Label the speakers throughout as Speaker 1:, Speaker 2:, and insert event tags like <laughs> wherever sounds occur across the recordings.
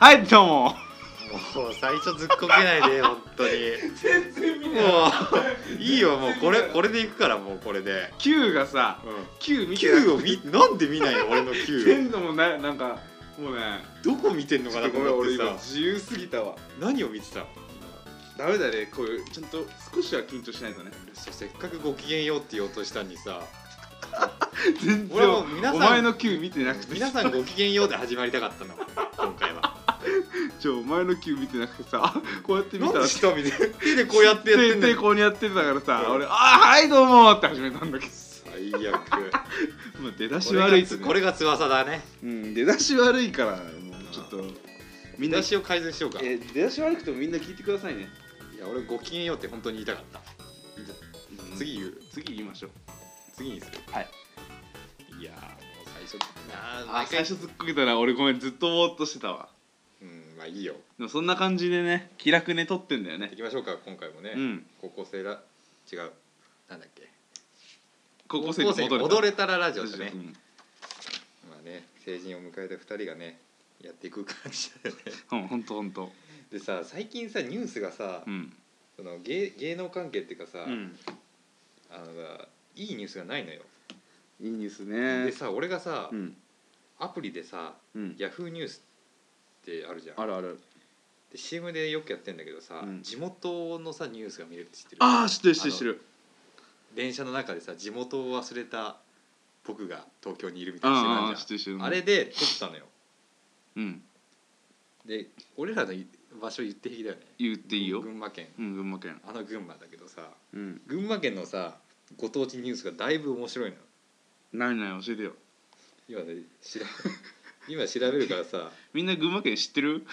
Speaker 1: はいどうも
Speaker 2: もう最初ずっこけない <laughs> で本当に
Speaker 1: 全然見
Speaker 2: もうい
Speaker 1: <laughs>
Speaker 2: いよもうこれこれでいくからもうこれで、
Speaker 1: Q がさ
Speaker 2: う
Speaker 1: Q
Speaker 2: ん、
Speaker 1: 見てな
Speaker 2: Q
Speaker 1: く
Speaker 2: を見なんで見ないの俺の
Speaker 1: て <laughs>
Speaker 2: Q
Speaker 1: んのもななんかもうね
Speaker 2: をどこ見てんのかなと
Speaker 1: ごめん
Speaker 2: 思っ
Speaker 1: 俺
Speaker 2: て
Speaker 1: 今
Speaker 2: さ
Speaker 1: 自由すぎたわ
Speaker 2: 何を見てたの
Speaker 1: ダメだねこういうちゃんと少しは緊張しないとね
Speaker 2: そうせっかくご機嫌ようって言おうとしたのにさ
Speaker 1: 全
Speaker 2: 俺はもう皆さん
Speaker 1: お前の Q 見てなくて
Speaker 2: 皆さんご機嫌ようで始まりたかったの今
Speaker 1: <laughs>
Speaker 2: 回は
Speaker 1: ちょお前の Q 見てなくてさ <laughs> こうやって見
Speaker 2: 何
Speaker 1: たら
Speaker 2: で下見て手でこうやってやってんだ
Speaker 1: 手
Speaker 2: よ
Speaker 1: こうやってたからさ、
Speaker 2: うん
Speaker 1: 俺「ああはいどうも」って始めたんだけ
Speaker 2: 最悪
Speaker 1: どもう出だし悪いっすね
Speaker 2: これが翼だね
Speaker 1: うん、出だし悪いからもうちょっとみ
Speaker 2: 見
Speaker 1: んな
Speaker 2: 出しを改善しようかい
Speaker 1: え出だし悪くてもみんな聞いてくださいね、
Speaker 2: や俺ご機嫌ようって本当に言いたかった次言う
Speaker 1: 次言いましょう
Speaker 2: 次にする
Speaker 1: はい
Speaker 2: いやーもう最初なー
Speaker 1: あ
Speaker 2: 毎
Speaker 1: 最
Speaker 2: 回
Speaker 1: 初ずっこけたな俺ごめんずっとぼーっとしてたわ
Speaker 2: うんまあいいよ
Speaker 1: でもそんな感じでね気楽ね撮ってんだよね
Speaker 2: 行きましょうか今回もね、
Speaker 1: うん
Speaker 2: 高校生ら違うなんだっけ
Speaker 1: 高校生に戻れ
Speaker 2: 高
Speaker 1: た
Speaker 2: 校生にたらラジオだね、
Speaker 1: うん
Speaker 2: まあね成人を迎えた二人がねやっていく感じだよね <laughs>
Speaker 1: うんほんとほんと
Speaker 2: でさ最近さニュースがさ、
Speaker 1: うん
Speaker 2: その芸芸能関係っていうかさ、
Speaker 1: うん
Speaker 2: あのさいいニュースがないのよ、
Speaker 1: いいニュース
Speaker 2: で
Speaker 1: ね
Speaker 2: さ俺がさ、
Speaker 1: うん
Speaker 2: アプリでさ
Speaker 1: うん
Speaker 2: ヤフーニュースってあるじゃん
Speaker 1: あるある
Speaker 2: で CM でよくやってんだけどさ、
Speaker 1: うん
Speaker 2: 地元のさニュースが見れるって知ってる
Speaker 1: ああ知ってる知ってる知ってる
Speaker 2: 電車の中でさ地元を忘れた僕が東京にいるみたいな人
Speaker 1: あ
Speaker 2: なん
Speaker 1: あ知って
Speaker 2: じ
Speaker 1: る知ってる
Speaker 2: ゃんあれで撮ったのよ
Speaker 1: うん
Speaker 2: で俺らのい場所言って平気だよね
Speaker 1: 言っていいよ
Speaker 2: 群馬県
Speaker 1: うん群馬県
Speaker 2: あの群馬だけどさ
Speaker 1: うん
Speaker 2: 群馬県のさご当地ニュースがだいぶ面白いのよ
Speaker 1: 何何教えてよ
Speaker 2: 今ね調
Speaker 1: <laughs>
Speaker 2: べ今調べるからさ
Speaker 1: みんな群馬県知って
Speaker 2: <laughs>
Speaker 1: る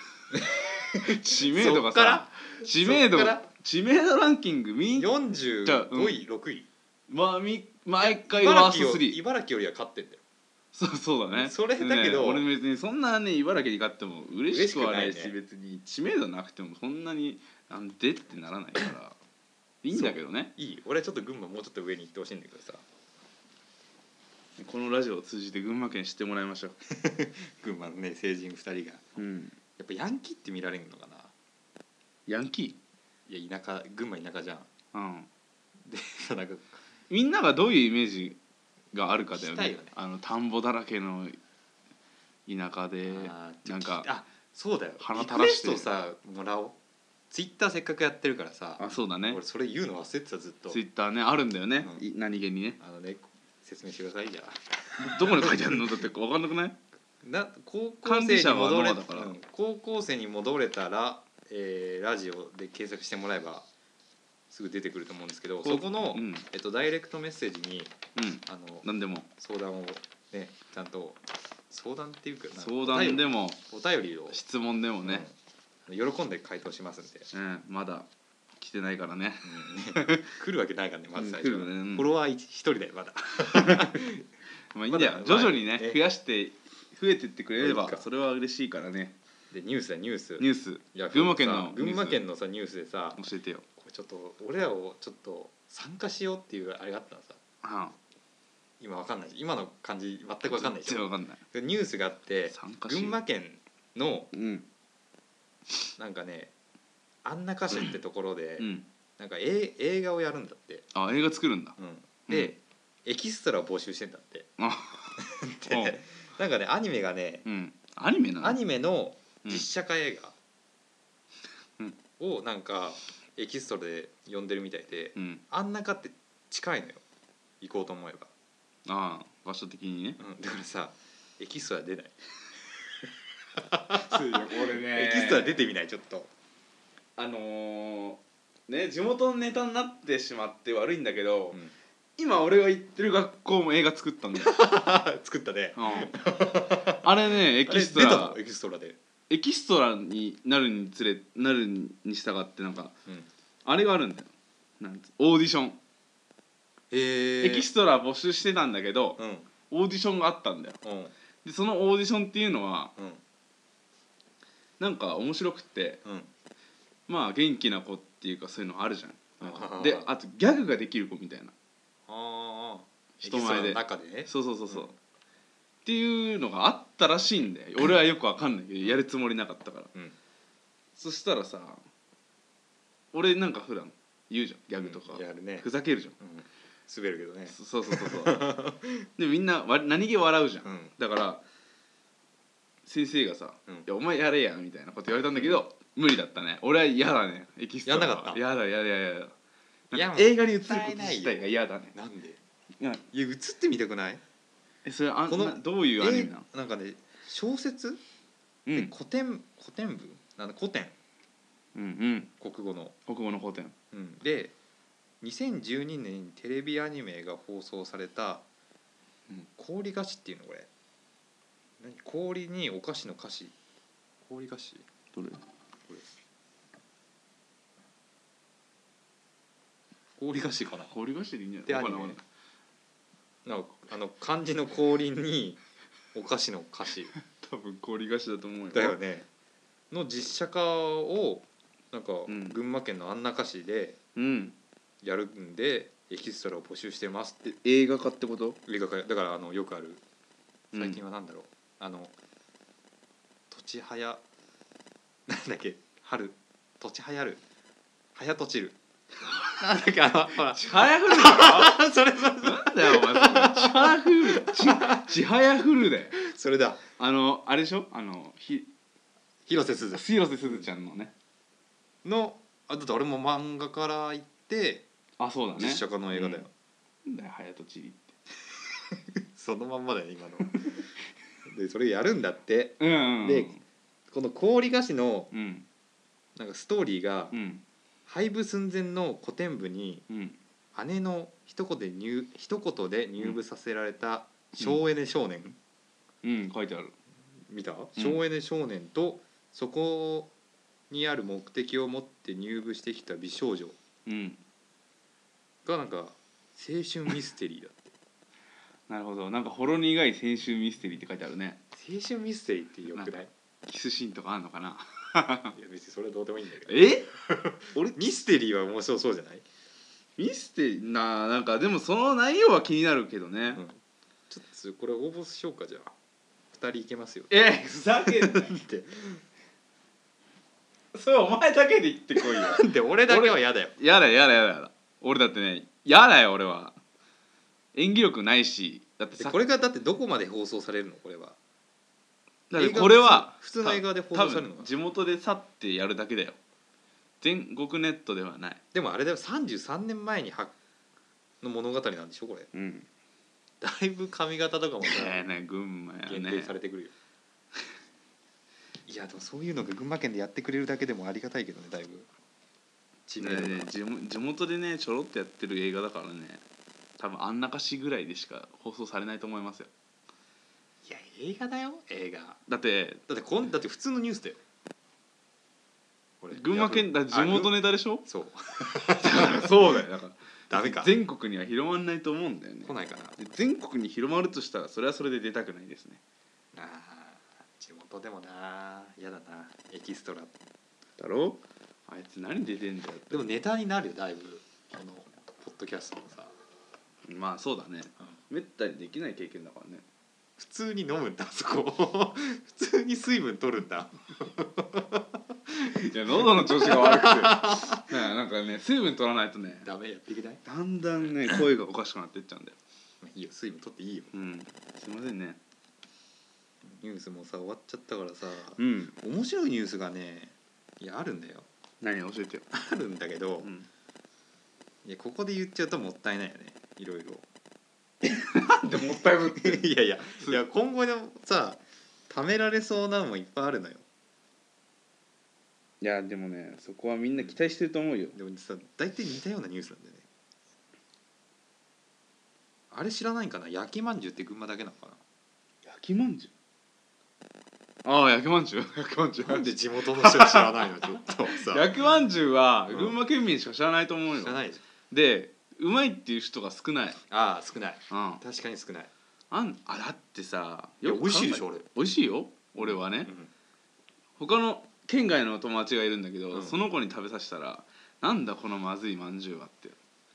Speaker 1: 知名度が
Speaker 2: そっから
Speaker 1: さ知名度
Speaker 2: そっから
Speaker 1: 知名度ランキングみん
Speaker 2: 45
Speaker 1: じゃあうん
Speaker 2: 位、6位
Speaker 1: まみ毎回ワー
Speaker 2: 茨
Speaker 1: ス
Speaker 2: 城
Speaker 1: ト
Speaker 2: よ
Speaker 1: 3
Speaker 2: 茨城よりは勝ってんだよ
Speaker 1: そうそうだね
Speaker 2: それだけど
Speaker 1: ね俺別にそんなね茨城に勝っても嬉しくはないし
Speaker 2: 嬉しくないね
Speaker 1: 別に知名度なくてもそんなになんでってならないからいいんだけどね
Speaker 2: いい俺はちょっと群馬もうちょっと上に行ってほしいんだけどさ
Speaker 1: このラジオを通じて群馬県知ってもらいましょう
Speaker 2: 群馬のね成人2人がや
Speaker 1: うん
Speaker 2: っぱヤンキーって見られるのかな
Speaker 1: ヤンキ
Speaker 2: いや田舎群馬田
Speaker 1: <laughs>
Speaker 2: 舎じゃん
Speaker 1: ーうん
Speaker 2: そうなんか
Speaker 1: みんながどういうイメージがあるかだよ
Speaker 2: した
Speaker 1: ね
Speaker 2: いよね
Speaker 1: あの田んぼだらけの田舎で
Speaker 2: あー
Speaker 1: なんか
Speaker 2: あそうだよ
Speaker 1: 鼻
Speaker 2: 鼻
Speaker 1: 垂らし
Speaker 2: 垂らしててリクエストさもらおうツイッターせっかくやってるからさ
Speaker 1: あそうだね
Speaker 2: 俺それ言うの忘れてたずっと
Speaker 1: ツイッターねあるんだよね、
Speaker 2: うん
Speaker 1: い何気にね
Speaker 2: あのね説明してくださいじゃあ
Speaker 1: どこに書いてあるのだって分かんなくない
Speaker 2: な高校
Speaker 1: 管理
Speaker 2: 生
Speaker 1: 者
Speaker 2: に
Speaker 1: は
Speaker 2: 戻れ
Speaker 1: ノアだから
Speaker 2: うん高校生に戻れたら、えーラジオで検索してもらえばすぐ出てくると思うんですけどそこの、
Speaker 1: うんうん
Speaker 2: えっと、ダイレクトメッセージにあの
Speaker 1: 何でも
Speaker 2: 相談をねちゃんと相談っていうかな
Speaker 1: 相談でも
Speaker 2: お便りお便りを
Speaker 1: 質問でもね、
Speaker 2: うん喜んで回答しますんで、
Speaker 1: うんまだ来てないからね
Speaker 2: うん来るわけないからねまず最初、
Speaker 1: うん来るよねうん
Speaker 2: フォロワー一人だよまだ
Speaker 1: まあいいんだよ
Speaker 2: まだ
Speaker 1: 徐々にね
Speaker 2: まあね
Speaker 1: 増やして増えてってくれれ
Speaker 2: いい
Speaker 1: ば
Speaker 2: か
Speaker 1: それは嬉しいからね
Speaker 2: でニュースだニュース
Speaker 1: ニュース
Speaker 2: いや
Speaker 1: 群馬県の
Speaker 2: 群馬県
Speaker 1: の
Speaker 2: のさニュースでさ
Speaker 1: 教えてよ、
Speaker 2: これちょっと俺らをちょっと参加しようっていうあれがあったのさ
Speaker 1: は
Speaker 2: 今わかんない今の感じ全くわかんないでし
Speaker 1: 全然わ
Speaker 2: ょ
Speaker 1: かんない
Speaker 2: でニュースがあって
Speaker 1: 参加しよう
Speaker 2: 群馬県の
Speaker 1: うん
Speaker 2: なんかね安中市ってところで、
Speaker 1: うん
Speaker 2: なんかえ映画をやるんだって、
Speaker 1: あ映画作る
Speaker 2: <laughs>
Speaker 1: んだ
Speaker 2: うんで、エキストラを募集してんだって
Speaker 1: あ
Speaker 2: で <laughs> なんかねアニメがね
Speaker 1: うんアニメなの
Speaker 2: アニメの
Speaker 1: うん
Speaker 2: 実写化映
Speaker 1: う
Speaker 2: 画
Speaker 1: ん
Speaker 2: をなんかエキストラで呼んでるみたいで
Speaker 1: うん
Speaker 2: 安中って近いのよ行こうと思えば、
Speaker 1: ああ場所的にね
Speaker 2: うん、だからさエキストラ出ない
Speaker 1: 俺 <laughs>
Speaker 2: エキストラ出てみないちょっと <laughs>
Speaker 1: あのーね地元のネタになってしまって悪いんだけど、
Speaker 2: うん
Speaker 1: 今俺が行ってる学校も映画作ったんだよ、
Speaker 2: 作ったね
Speaker 1: うんあれねエキスト
Speaker 2: <laughs> あれ出た
Speaker 1: ラ
Speaker 2: のエキストラで、
Speaker 1: エキストラになるにつれなるに従ってなんか
Speaker 2: うん、
Speaker 1: あれがあるんだよなんつオーディション、
Speaker 2: えー、
Speaker 1: エキストラ募集してたんだけど、
Speaker 2: うん
Speaker 1: オーディションがあったんだよ
Speaker 2: うん
Speaker 1: でそのオーディションっていうのは
Speaker 2: うん
Speaker 1: なんか面白くって
Speaker 2: うん
Speaker 1: まあ元気な子っていうかそういうのあるじゃんなん
Speaker 2: あ
Speaker 1: か
Speaker 2: ー
Speaker 1: であとギャグができる子みたいな
Speaker 2: ああ
Speaker 1: 人前で
Speaker 2: エキストラの中でね
Speaker 1: そうそうそうそう、
Speaker 2: うん
Speaker 1: っっていうのがあったらしいんで俺はよくわかんないけどやるつもりなかったから
Speaker 2: うん
Speaker 1: そしたらさ俺なんか普段言うじゃんギャグとか、
Speaker 2: うんやるね
Speaker 1: ふざけるじゃん
Speaker 2: うん滑るけどね
Speaker 1: そそうそうそうそう
Speaker 2: <laughs>
Speaker 1: でみんなわ何気笑うじゃん、
Speaker 2: うん
Speaker 1: だから先生がさ「
Speaker 2: うん
Speaker 1: いやお前やれや」みたいなこと言われたんだけど、無理だったね俺は嫌だねエキストラは
Speaker 2: やんなかった
Speaker 1: やだやだやだ
Speaker 2: い
Speaker 1: な
Speaker 2: や
Speaker 1: ん
Speaker 2: も
Speaker 1: か
Speaker 2: う
Speaker 1: 映画に映ること
Speaker 2: もったいないよ
Speaker 1: 自体が嫌だね
Speaker 2: なんで
Speaker 1: いや
Speaker 2: いや映ってみたくない
Speaker 1: えそれあ
Speaker 2: こ
Speaker 1: の
Speaker 2: の
Speaker 1: などういうアニメなの、
Speaker 2: えなんかね小説
Speaker 1: うん、
Speaker 2: 古典古典文なんだ古典
Speaker 1: うんうん
Speaker 2: 国語の、
Speaker 1: 国語の古典
Speaker 2: うん、で2012年にテレビアニメが放送された
Speaker 1: うん
Speaker 2: 「氷菓子」っていうのこれ何氷にお菓子の菓子氷菓子
Speaker 1: どれ
Speaker 2: 氷菓子かな
Speaker 1: 氷菓子でいいんじゃない
Speaker 2: で
Speaker 1: わかん
Speaker 2: アニメ
Speaker 1: ないわかんない
Speaker 2: なんかあの漢字の氷にお菓子の菓 <laughs> 子
Speaker 1: 多分氷菓子だと思うよ
Speaker 2: だよねの実写化をなんか
Speaker 1: うん
Speaker 2: 群馬県の安中市で
Speaker 1: うん
Speaker 2: やるんでエキストラを募集してますって
Speaker 1: え映画化ってこと
Speaker 2: 映画化だからあのよくある
Speaker 1: うん
Speaker 2: 最近はなんだろう、あの土地はや <laughs> なんだっけ春土地はやるはやとちるなんだっけあの
Speaker 1: <laughs>
Speaker 2: ほら
Speaker 1: ちはやふるだ
Speaker 2: あそれそれ
Speaker 1: ろなんだよお前それちはやふるちちはやふるだよ
Speaker 2: それだ
Speaker 1: あのあれでしょあのひ
Speaker 2: 広瀬すず
Speaker 1: 広瀬すずちゃんのね
Speaker 2: のあだって俺も漫画から行って
Speaker 1: あそうだね
Speaker 2: 実写化の映画だよ、
Speaker 1: なんだよ早とちりって
Speaker 2: そのまんまだよ今の <laughs> でそれやるんだって
Speaker 1: うんうんうん
Speaker 2: でこの氷菓子の
Speaker 1: うん
Speaker 2: なんかストーリーが
Speaker 1: うん
Speaker 2: 廃部寸前の古典部に
Speaker 1: うん
Speaker 2: 姉の一言で入一言で入部させられた省エネ少年、
Speaker 1: うん書いてある
Speaker 2: 見た省エネ少年とそこにある目的を持って入部してきた美少女
Speaker 1: うん
Speaker 2: がなんか青春ミステリーだって
Speaker 1: なるほどなんかほろ苦い青春ミステリーって書いてあるね
Speaker 2: <laughs> 青春ミステリーってよくない
Speaker 1: キスシーンとかあんのかない
Speaker 2: や別にそれはどうでもいいんだけど
Speaker 1: え
Speaker 2: 俺ミステリーは面白そうじゃない、
Speaker 1: ミステリーななんかでもその内容は気になるけどね、
Speaker 2: うんちょっとこれ応募しようかじゃあ2人いけますよ
Speaker 1: えふざけんな
Speaker 2: って
Speaker 1: それお前だけで言ってこいよ
Speaker 2: <laughs> なんで俺だけは嫌だよ
Speaker 1: やだやだやだやだ俺だってねやだよ俺は演技力ないしだって
Speaker 2: で
Speaker 1: さ
Speaker 2: これがだってどこまで放送されるのこれは
Speaker 1: だってこれは
Speaker 2: 普通の映画で放
Speaker 1: 多
Speaker 2: 送される
Speaker 1: 分
Speaker 2: のかな
Speaker 1: 地元で去ってやるだけだよ全国ネットではない
Speaker 2: でもあれだよ33年前にはの物語なんでしょこれ
Speaker 1: うん
Speaker 2: だいぶ髪型とかもさ
Speaker 1: ええね群馬や
Speaker 2: 限
Speaker 1: ね
Speaker 2: 定されてくるよ、いやでもそういうのが群馬県でやってくれるだけでもありがたいけどねだいぶ知名度が
Speaker 1: ね地元地元でねちょろっとやってる映画だからね多分あんなかしぐらいでしか放送されないと思いますよ
Speaker 2: いや映画だよ映画
Speaker 1: だって
Speaker 2: だってこんだって普通のニュースだよこれ
Speaker 1: 群馬県だ地元
Speaker 2: ね
Speaker 1: ネタでしょ
Speaker 2: そう
Speaker 1: <laughs> そうだよだから
Speaker 2: ダメか
Speaker 1: 全国には広まんないと思うんだよね
Speaker 2: 来ないかな
Speaker 1: で全国に広まるとしたらそれはそれで出たくないですね
Speaker 2: あー地元でもな嫌だなエキストラ
Speaker 1: だろあいつ何出てんだよ
Speaker 2: でもネタになるよだいぶこのポッドキャストもさ
Speaker 1: まあそうだね、めったにできない経験だからね
Speaker 2: 普通に飲むんだそこ <laughs> 普通に水分取るんだ
Speaker 1: いや喉の調子が悪くて <laughs> ねなんかね水分取らないとね
Speaker 2: ダメやっていけない
Speaker 1: だんだんね <laughs> 声がおかしくなってっちゃうんだよ
Speaker 2: いいよ水分取っていいよ
Speaker 1: うんすいませんね
Speaker 2: ニュースもさ終わっちゃったからさ
Speaker 1: うん
Speaker 2: 面白いニュースがねいやあるんだよ
Speaker 1: 何教えてよ、
Speaker 2: あるんだけど、
Speaker 1: ん、
Speaker 2: いやここで言っちゃうともったいないよねいろいろ
Speaker 1: でもったいぶって
Speaker 2: <laughs> いやいやいや今後でもさ貯められそうなのもいっぱいあるのよ
Speaker 1: いやでもねそこはみんな期待してると思うよ
Speaker 2: でもさ大体似たようなニュースなんだよねあれ知らないんかな焼きまんじゅうって群馬だけなのかな
Speaker 1: 焼きまんじゅうああ焼きまんじゅう焼きまんじゅう
Speaker 2: なんで地元の人知らないのちょっと <laughs>
Speaker 1: <laughs>
Speaker 2: さ
Speaker 1: 焼きまんじゅうは
Speaker 2: うん
Speaker 1: 群馬県民しか知らないと思うよ、
Speaker 2: 知らないじ
Speaker 1: でうまいっていう人が少ない、
Speaker 2: ゃんああ少ない
Speaker 1: うん、あ
Speaker 2: 確かに少ない
Speaker 1: んあだってさ
Speaker 2: いや
Speaker 1: く考え
Speaker 2: 美味しいでしょあれ
Speaker 1: 美味しいよ俺はね、
Speaker 2: うん
Speaker 1: 他の県外の友達がいるんだけど、
Speaker 2: うん
Speaker 1: その子に食べさせたら「なんだこのまずいまんじゅうは」って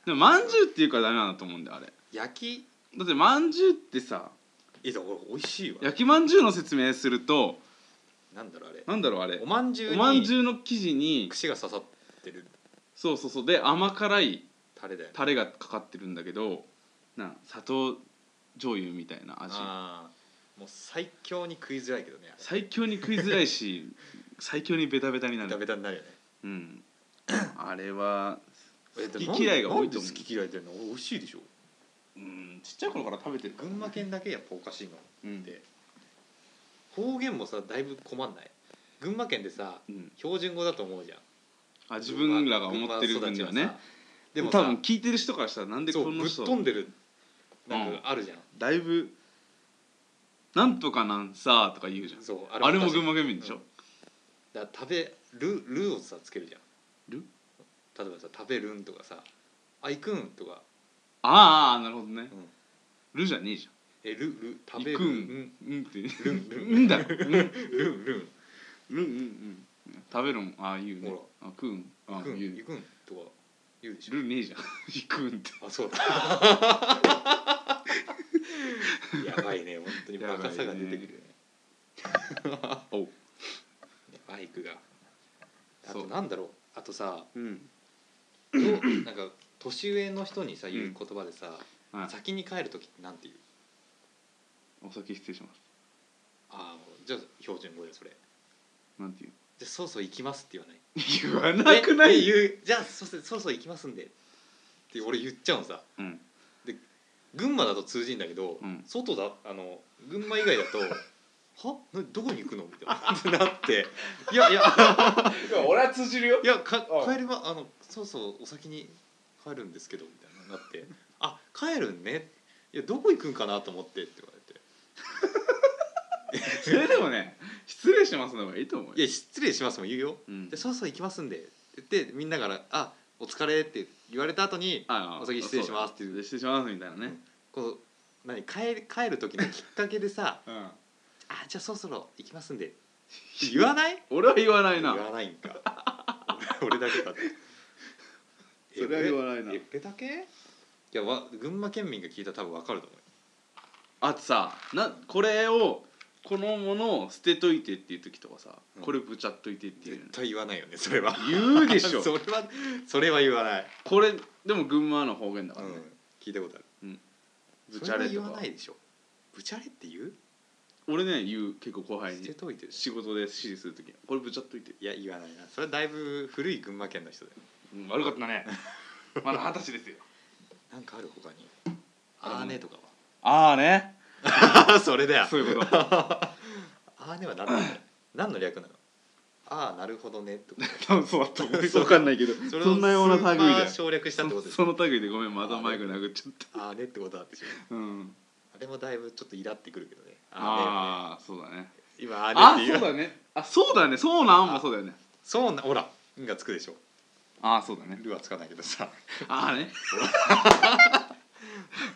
Speaker 1: でもまんじゅうっていうからダメなんだと思うんだよあれ
Speaker 2: 焼き
Speaker 1: だってまんじゅうってさ
Speaker 2: えでもこれ美味しいわ
Speaker 1: 焼きまんじゅうの説明すると
Speaker 2: なんだろうあれ
Speaker 1: なんだろうあれ
Speaker 2: おまんじゅう
Speaker 1: お
Speaker 2: に
Speaker 1: まんじゅうの生地に
Speaker 2: 串が刺さってる
Speaker 1: そうそうそうで甘辛い
Speaker 2: タレだよね
Speaker 1: タレがかかってるんだけどなん砂糖醤油みたいな味
Speaker 2: あーもう最強に食いづらいけどねあれ
Speaker 1: 最強に食いづらいし最強にベタベタにな
Speaker 2: ベタ
Speaker 1: る、
Speaker 2: ベタになるよね
Speaker 1: うん、あれは、
Speaker 2: えでも
Speaker 1: 好き嫌いが多いと思う
Speaker 2: なんで好き嫌いだよね俺美味しいでしょ
Speaker 1: うん、ちっちゃい頃から食べてる
Speaker 2: 群馬県だけやっぱおかしいの
Speaker 1: うん
Speaker 2: で方言もさだいぶ困んない群馬県でさ
Speaker 1: うん、
Speaker 2: 標準語だと思うじゃん
Speaker 1: あ自分らが思ってる
Speaker 2: 群馬
Speaker 1: 分
Speaker 2: 育
Speaker 1: に
Speaker 2: ち
Speaker 1: は
Speaker 2: さ
Speaker 1: ね
Speaker 2: でも
Speaker 1: 多
Speaker 2: さ
Speaker 1: 分聞いてる人からしたらなんで
Speaker 2: そ
Speaker 1: こ
Speaker 2: うぶ
Speaker 1: の
Speaker 2: っ
Speaker 1: 人
Speaker 2: 飛んでるなんかあるじゃん、
Speaker 1: だいぶ「なんとかなんさ」とか言うじゃん
Speaker 2: そう
Speaker 1: あれも群
Speaker 2: 馬
Speaker 1: 馬県民でしょ、
Speaker 2: だから食べるるをさつけるじゃん
Speaker 1: る
Speaker 2: 例えばさ食べるんとかさあいくんとか
Speaker 1: あーあーなるほどね
Speaker 2: うん
Speaker 1: 「る」じゃねえじ
Speaker 2: えるる
Speaker 1: ゃん「
Speaker 2: 食べ
Speaker 1: い
Speaker 2: る
Speaker 1: く
Speaker 2: ん
Speaker 1: ん」うんって「
Speaker 2: る
Speaker 1: うん
Speaker 2: るん
Speaker 1: ん」
Speaker 2: <laughs>
Speaker 1: だろ「うん」
Speaker 2: るんるん
Speaker 1: うんうんうん食べるもんああ言うね
Speaker 2: ほ
Speaker 1: あ食うんあ
Speaker 2: いくん
Speaker 1: 言う
Speaker 2: いくんとか言うでしょ
Speaker 1: ルねえじゃん <laughs> 行くんって
Speaker 2: あそ
Speaker 1: <laughs>
Speaker 2: うだやばいね本当にバカさが出てくるよね
Speaker 1: <laughs> おう
Speaker 2: ねバイクがあ
Speaker 1: そ
Speaker 2: と
Speaker 1: う
Speaker 2: なんだろうあ
Speaker 1: <clears throat>
Speaker 2: とさ
Speaker 1: うん
Speaker 2: どうなんか年上の人にさ言う言葉でさ、
Speaker 1: はい
Speaker 2: 先に帰る時ってなんて言う
Speaker 1: お先失礼します
Speaker 2: ああじゃあ標準語でそれ
Speaker 1: なんて言う
Speaker 2: じゃあそうそう行きますって言わない
Speaker 1: <laughs> 言わなくな
Speaker 2: え
Speaker 1: い
Speaker 2: え言うじゃあそうそうそうそう行きますんでって俺言っちゃうのさ
Speaker 1: うん
Speaker 2: 群馬だと通じんだけど、
Speaker 1: うん
Speaker 2: 外だあの群馬以外だと <laughs> はなどこに行くのみたいななっていやいや
Speaker 1: 俺は通じるよ
Speaker 2: いやか
Speaker 1: おい
Speaker 2: 帰りはあのそうそうお先に帰るんですけどみたいななって「あ帰るんね」いやどこ行くんかなと思ってって言われて
Speaker 1: それでもね失礼しますの方がいいと思うよ
Speaker 2: 「いや失礼します」も言うよ
Speaker 1: うん
Speaker 2: で「そうそう行きますんで」って言ってみんなから「あお疲れ」って言われた後に
Speaker 1: ああ
Speaker 2: お先失礼します
Speaker 1: そうだ失礼しますみたいなね
Speaker 2: こう何帰り帰る時のきっかけでさ
Speaker 1: うん
Speaker 2: 「あじゃあそろそろ行きますんで」って言わない
Speaker 1: 俺は言わない
Speaker 2: 言
Speaker 1: な
Speaker 2: わないんか俺俺だけかと
Speaker 1: それは言わないな
Speaker 2: え俺だけいやわ群馬県民が聞いたら多分わかると思う
Speaker 1: あとさなこれをこのものを捨てといてっていう時とかさ
Speaker 2: うん
Speaker 1: これぶちゃっといてっていう
Speaker 2: 絶
Speaker 1: ね
Speaker 2: 対言わないよねそれは
Speaker 1: 言うでしょ
Speaker 2: それはそれは言わない、
Speaker 1: これでも群馬の方言だからね
Speaker 2: 聞いたことある
Speaker 1: ぶちゃれ
Speaker 2: それ
Speaker 1: と
Speaker 2: は言わ
Speaker 1: か
Speaker 2: ないでしょブチャレって言う、
Speaker 1: 俺ね言う結構後輩
Speaker 2: 捨て
Speaker 1: に
Speaker 2: といて
Speaker 1: 仕事で指示する時これぶちゃっといて
Speaker 2: いや言わないなそれはだいぶ古い群馬県の人だよ
Speaker 1: うん悪かった <laughs> ねまだ二十歳ですよ
Speaker 2: なんかある他に
Speaker 1: あ
Speaker 2: あ
Speaker 1: の
Speaker 2: ーねとか
Speaker 1: ああね
Speaker 2: は <laughs> それだよ
Speaker 1: そういうこと
Speaker 2: あーねは何なんだよ何の略なのああなるほどね <laughs> とか
Speaker 1: 多 <laughs> 分そうだと思う分かんないけど
Speaker 2: れを
Speaker 1: そんなような類
Speaker 2: スーパ
Speaker 1: で
Speaker 2: ー省略したってこと
Speaker 1: そ
Speaker 2: です
Speaker 1: その類でごめんまたマイク殴っちゃっ
Speaker 2: あーねってことなんでしょ
Speaker 1: たうん
Speaker 2: あれもだいぶちょっとイラってくるけどねあ
Speaker 1: ああそうだね
Speaker 2: ーねはね今あ
Speaker 1: あ
Speaker 2: ーねっ
Speaker 1: そ
Speaker 2: て言
Speaker 1: う
Speaker 2: う
Speaker 1: だねあそうだねそうなんもそうだよね
Speaker 2: そうなほら「ん」がつくでしょ
Speaker 1: ああそうだ
Speaker 2: 「
Speaker 1: ね
Speaker 2: る」はつかないけどさ
Speaker 1: ああね <laughs>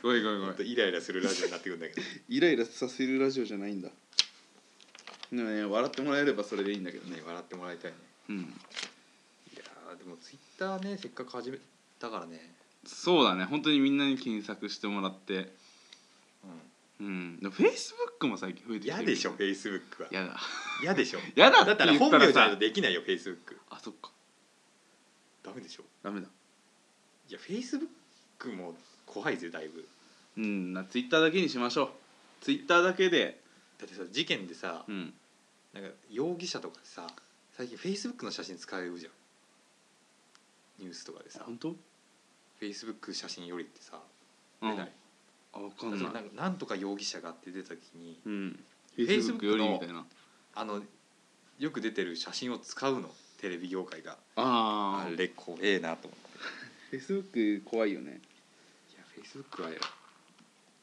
Speaker 1: ごめんごめんごめ
Speaker 2: ほ
Speaker 1: ん
Speaker 2: んとイライラするラジオになってくるんだけど <laughs>
Speaker 1: イライラさせるラジオじゃないんだでもね笑ってもらえればそれでいいんだけどね
Speaker 2: ね笑ってもらいたいね
Speaker 1: うん
Speaker 2: いやーでもツイッターねせっかく始めたからね
Speaker 1: そうだね本当にみんなに検索してもらって
Speaker 2: うん
Speaker 1: うんフェイスブックも最近増えてきてる
Speaker 2: 嫌でしょフェイスブックは
Speaker 1: 嫌だ
Speaker 2: 嫌で
Speaker 1: <laughs>
Speaker 2: しょ
Speaker 1: 嫌だ
Speaker 2: だ
Speaker 1: っ
Speaker 2: ってたら
Speaker 1: 言っ
Speaker 2: 本
Speaker 1: た
Speaker 2: 名
Speaker 1: ら
Speaker 2: じゃない
Speaker 1: さ
Speaker 2: とできないよフェイスブック
Speaker 1: あそっか
Speaker 2: ダメでしょ
Speaker 1: ダメだ
Speaker 2: いやフェイスブックも怖いぜだいぶ
Speaker 1: うんなツイッターだけにしましょうツイッターだけで
Speaker 2: だってさ事件でさ
Speaker 1: うん
Speaker 2: なんか容疑者とかさ最近フェイスブックの写真使うじゃんニュースとかでさ
Speaker 1: 本当
Speaker 2: フェイスブック写真よりってさ
Speaker 1: う
Speaker 2: 出
Speaker 1: ん
Speaker 2: ない
Speaker 1: あ、分か
Speaker 2: だ
Speaker 1: ん
Speaker 2: から
Speaker 1: な
Speaker 2: ないんかなんとか容疑者がって出た時に
Speaker 1: うんフェイスブッ
Speaker 2: Facebook
Speaker 1: クよりみたいな
Speaker 2: あのよく出てる写真を使うのテレビ業界が
Speaker 1: あ
Speaker 2: あ
Speaker 1: あ
Speaker 2: れ怖えなと思って
Speaker 1: フェイスブック怖いよね
Speaker 2: いやフェイスブックはい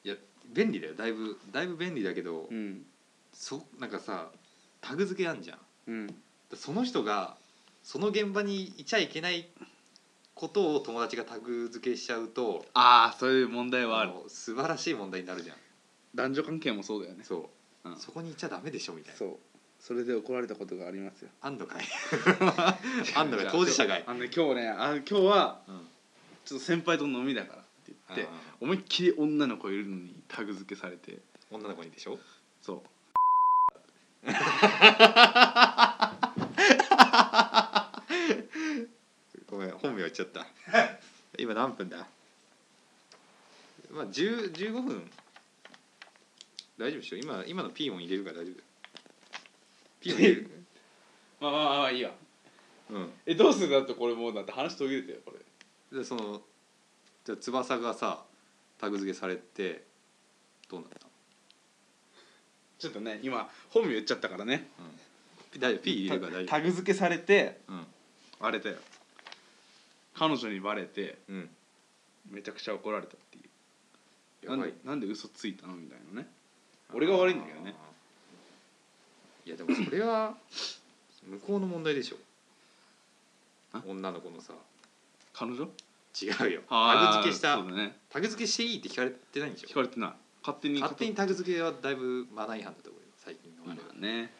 Speaker 2: や便利だよだいぶだいぶ便利だけど、
Speaker 1: うん
Speaker 2: そなんかさタグ付けあんじゃん
Speaker 1: うん
Speaker 2: だその人がその現場にいちゃいけないことを友達がタグ付けしちゃうと
Speaker 1: ああそういう問題はあ
Speaker 2: あ
Speaker 1: る
Speaker 2: の素晴らしい問題になるじゃん
Speaker 1: 男女関係もそうだよね
Speaker 2: そうう、
Speaker 1: ん
Speaker 2: そこにいちゃダメでしょみたいな
Speaker 1: うそれで怒られたことがありますよ
Speaker 2: あんのかいあんのかい当事者がい、
Speaker 1: <laughs> あのね今日ねあの今日は
Speaker 2: うん
Speaker 1: ちょっと先輩と飲みだからって言って思いっきり女の子いるのにタグ付けされて
Speaker 2: 女の子にでしょ
Speaker 1: そう
Speaker 2: ごめん本名言っちゃった
Speaker 1: <laughs>
Speaker 2: 今何分だまあ10 15分大丈夫でしょ今今のピー音入れるから大丈夫ピー音入れる
Speaker 1: まあまあまあまあいいわ
Speaker 2: うん
Speaker 1: え <laughs> どうするんだってこれもうだって話途切れてよこれ
Speaker 2: でそのじゃあ翼がさタグ付けされてどうなった
Speaker 1: ちょっとね今本名言っちゃったからね
Speaker 2: うん大丈夫ピー入れるから大丈
Speaker 1: タグ付けされて
Speaker 2: 夫うん
Speaker 1: あれだよ彼女にバレて
Speaker 2: うん
Speaker 1: めちゃくちゃ怒られたっていうな
Speaker 2: や
Speaker 1: ん
Speaker 2: ばい
Speaker 1: でなんで嘘ついたのみたいなね俺が悪いんだけどね
Speaker 2: いやでもそれ
Speaker 1: <laughs>
Speaker 2: は向こうの問題でしょ
Speaker 1: あ
Speaker 2: 女の子のさ
Speaker 1: 彼女
Speaker 2: 違うよ
Speaker 1: あー
Speaker 2: タグ付けした
Speaker 1: そうだね
Speaker 2: タグ付けしていいって聞かれてないんでし
Speaker 1: 聞
Speaker 2: ょ
Speaker 1: かれてない勝手に
Speaker 2: 勝手にタグ付けはだいぶマナー違反だと思うよ最近の
Speaker 1: ま
Speaker 2: あれは
Speaker 1: あね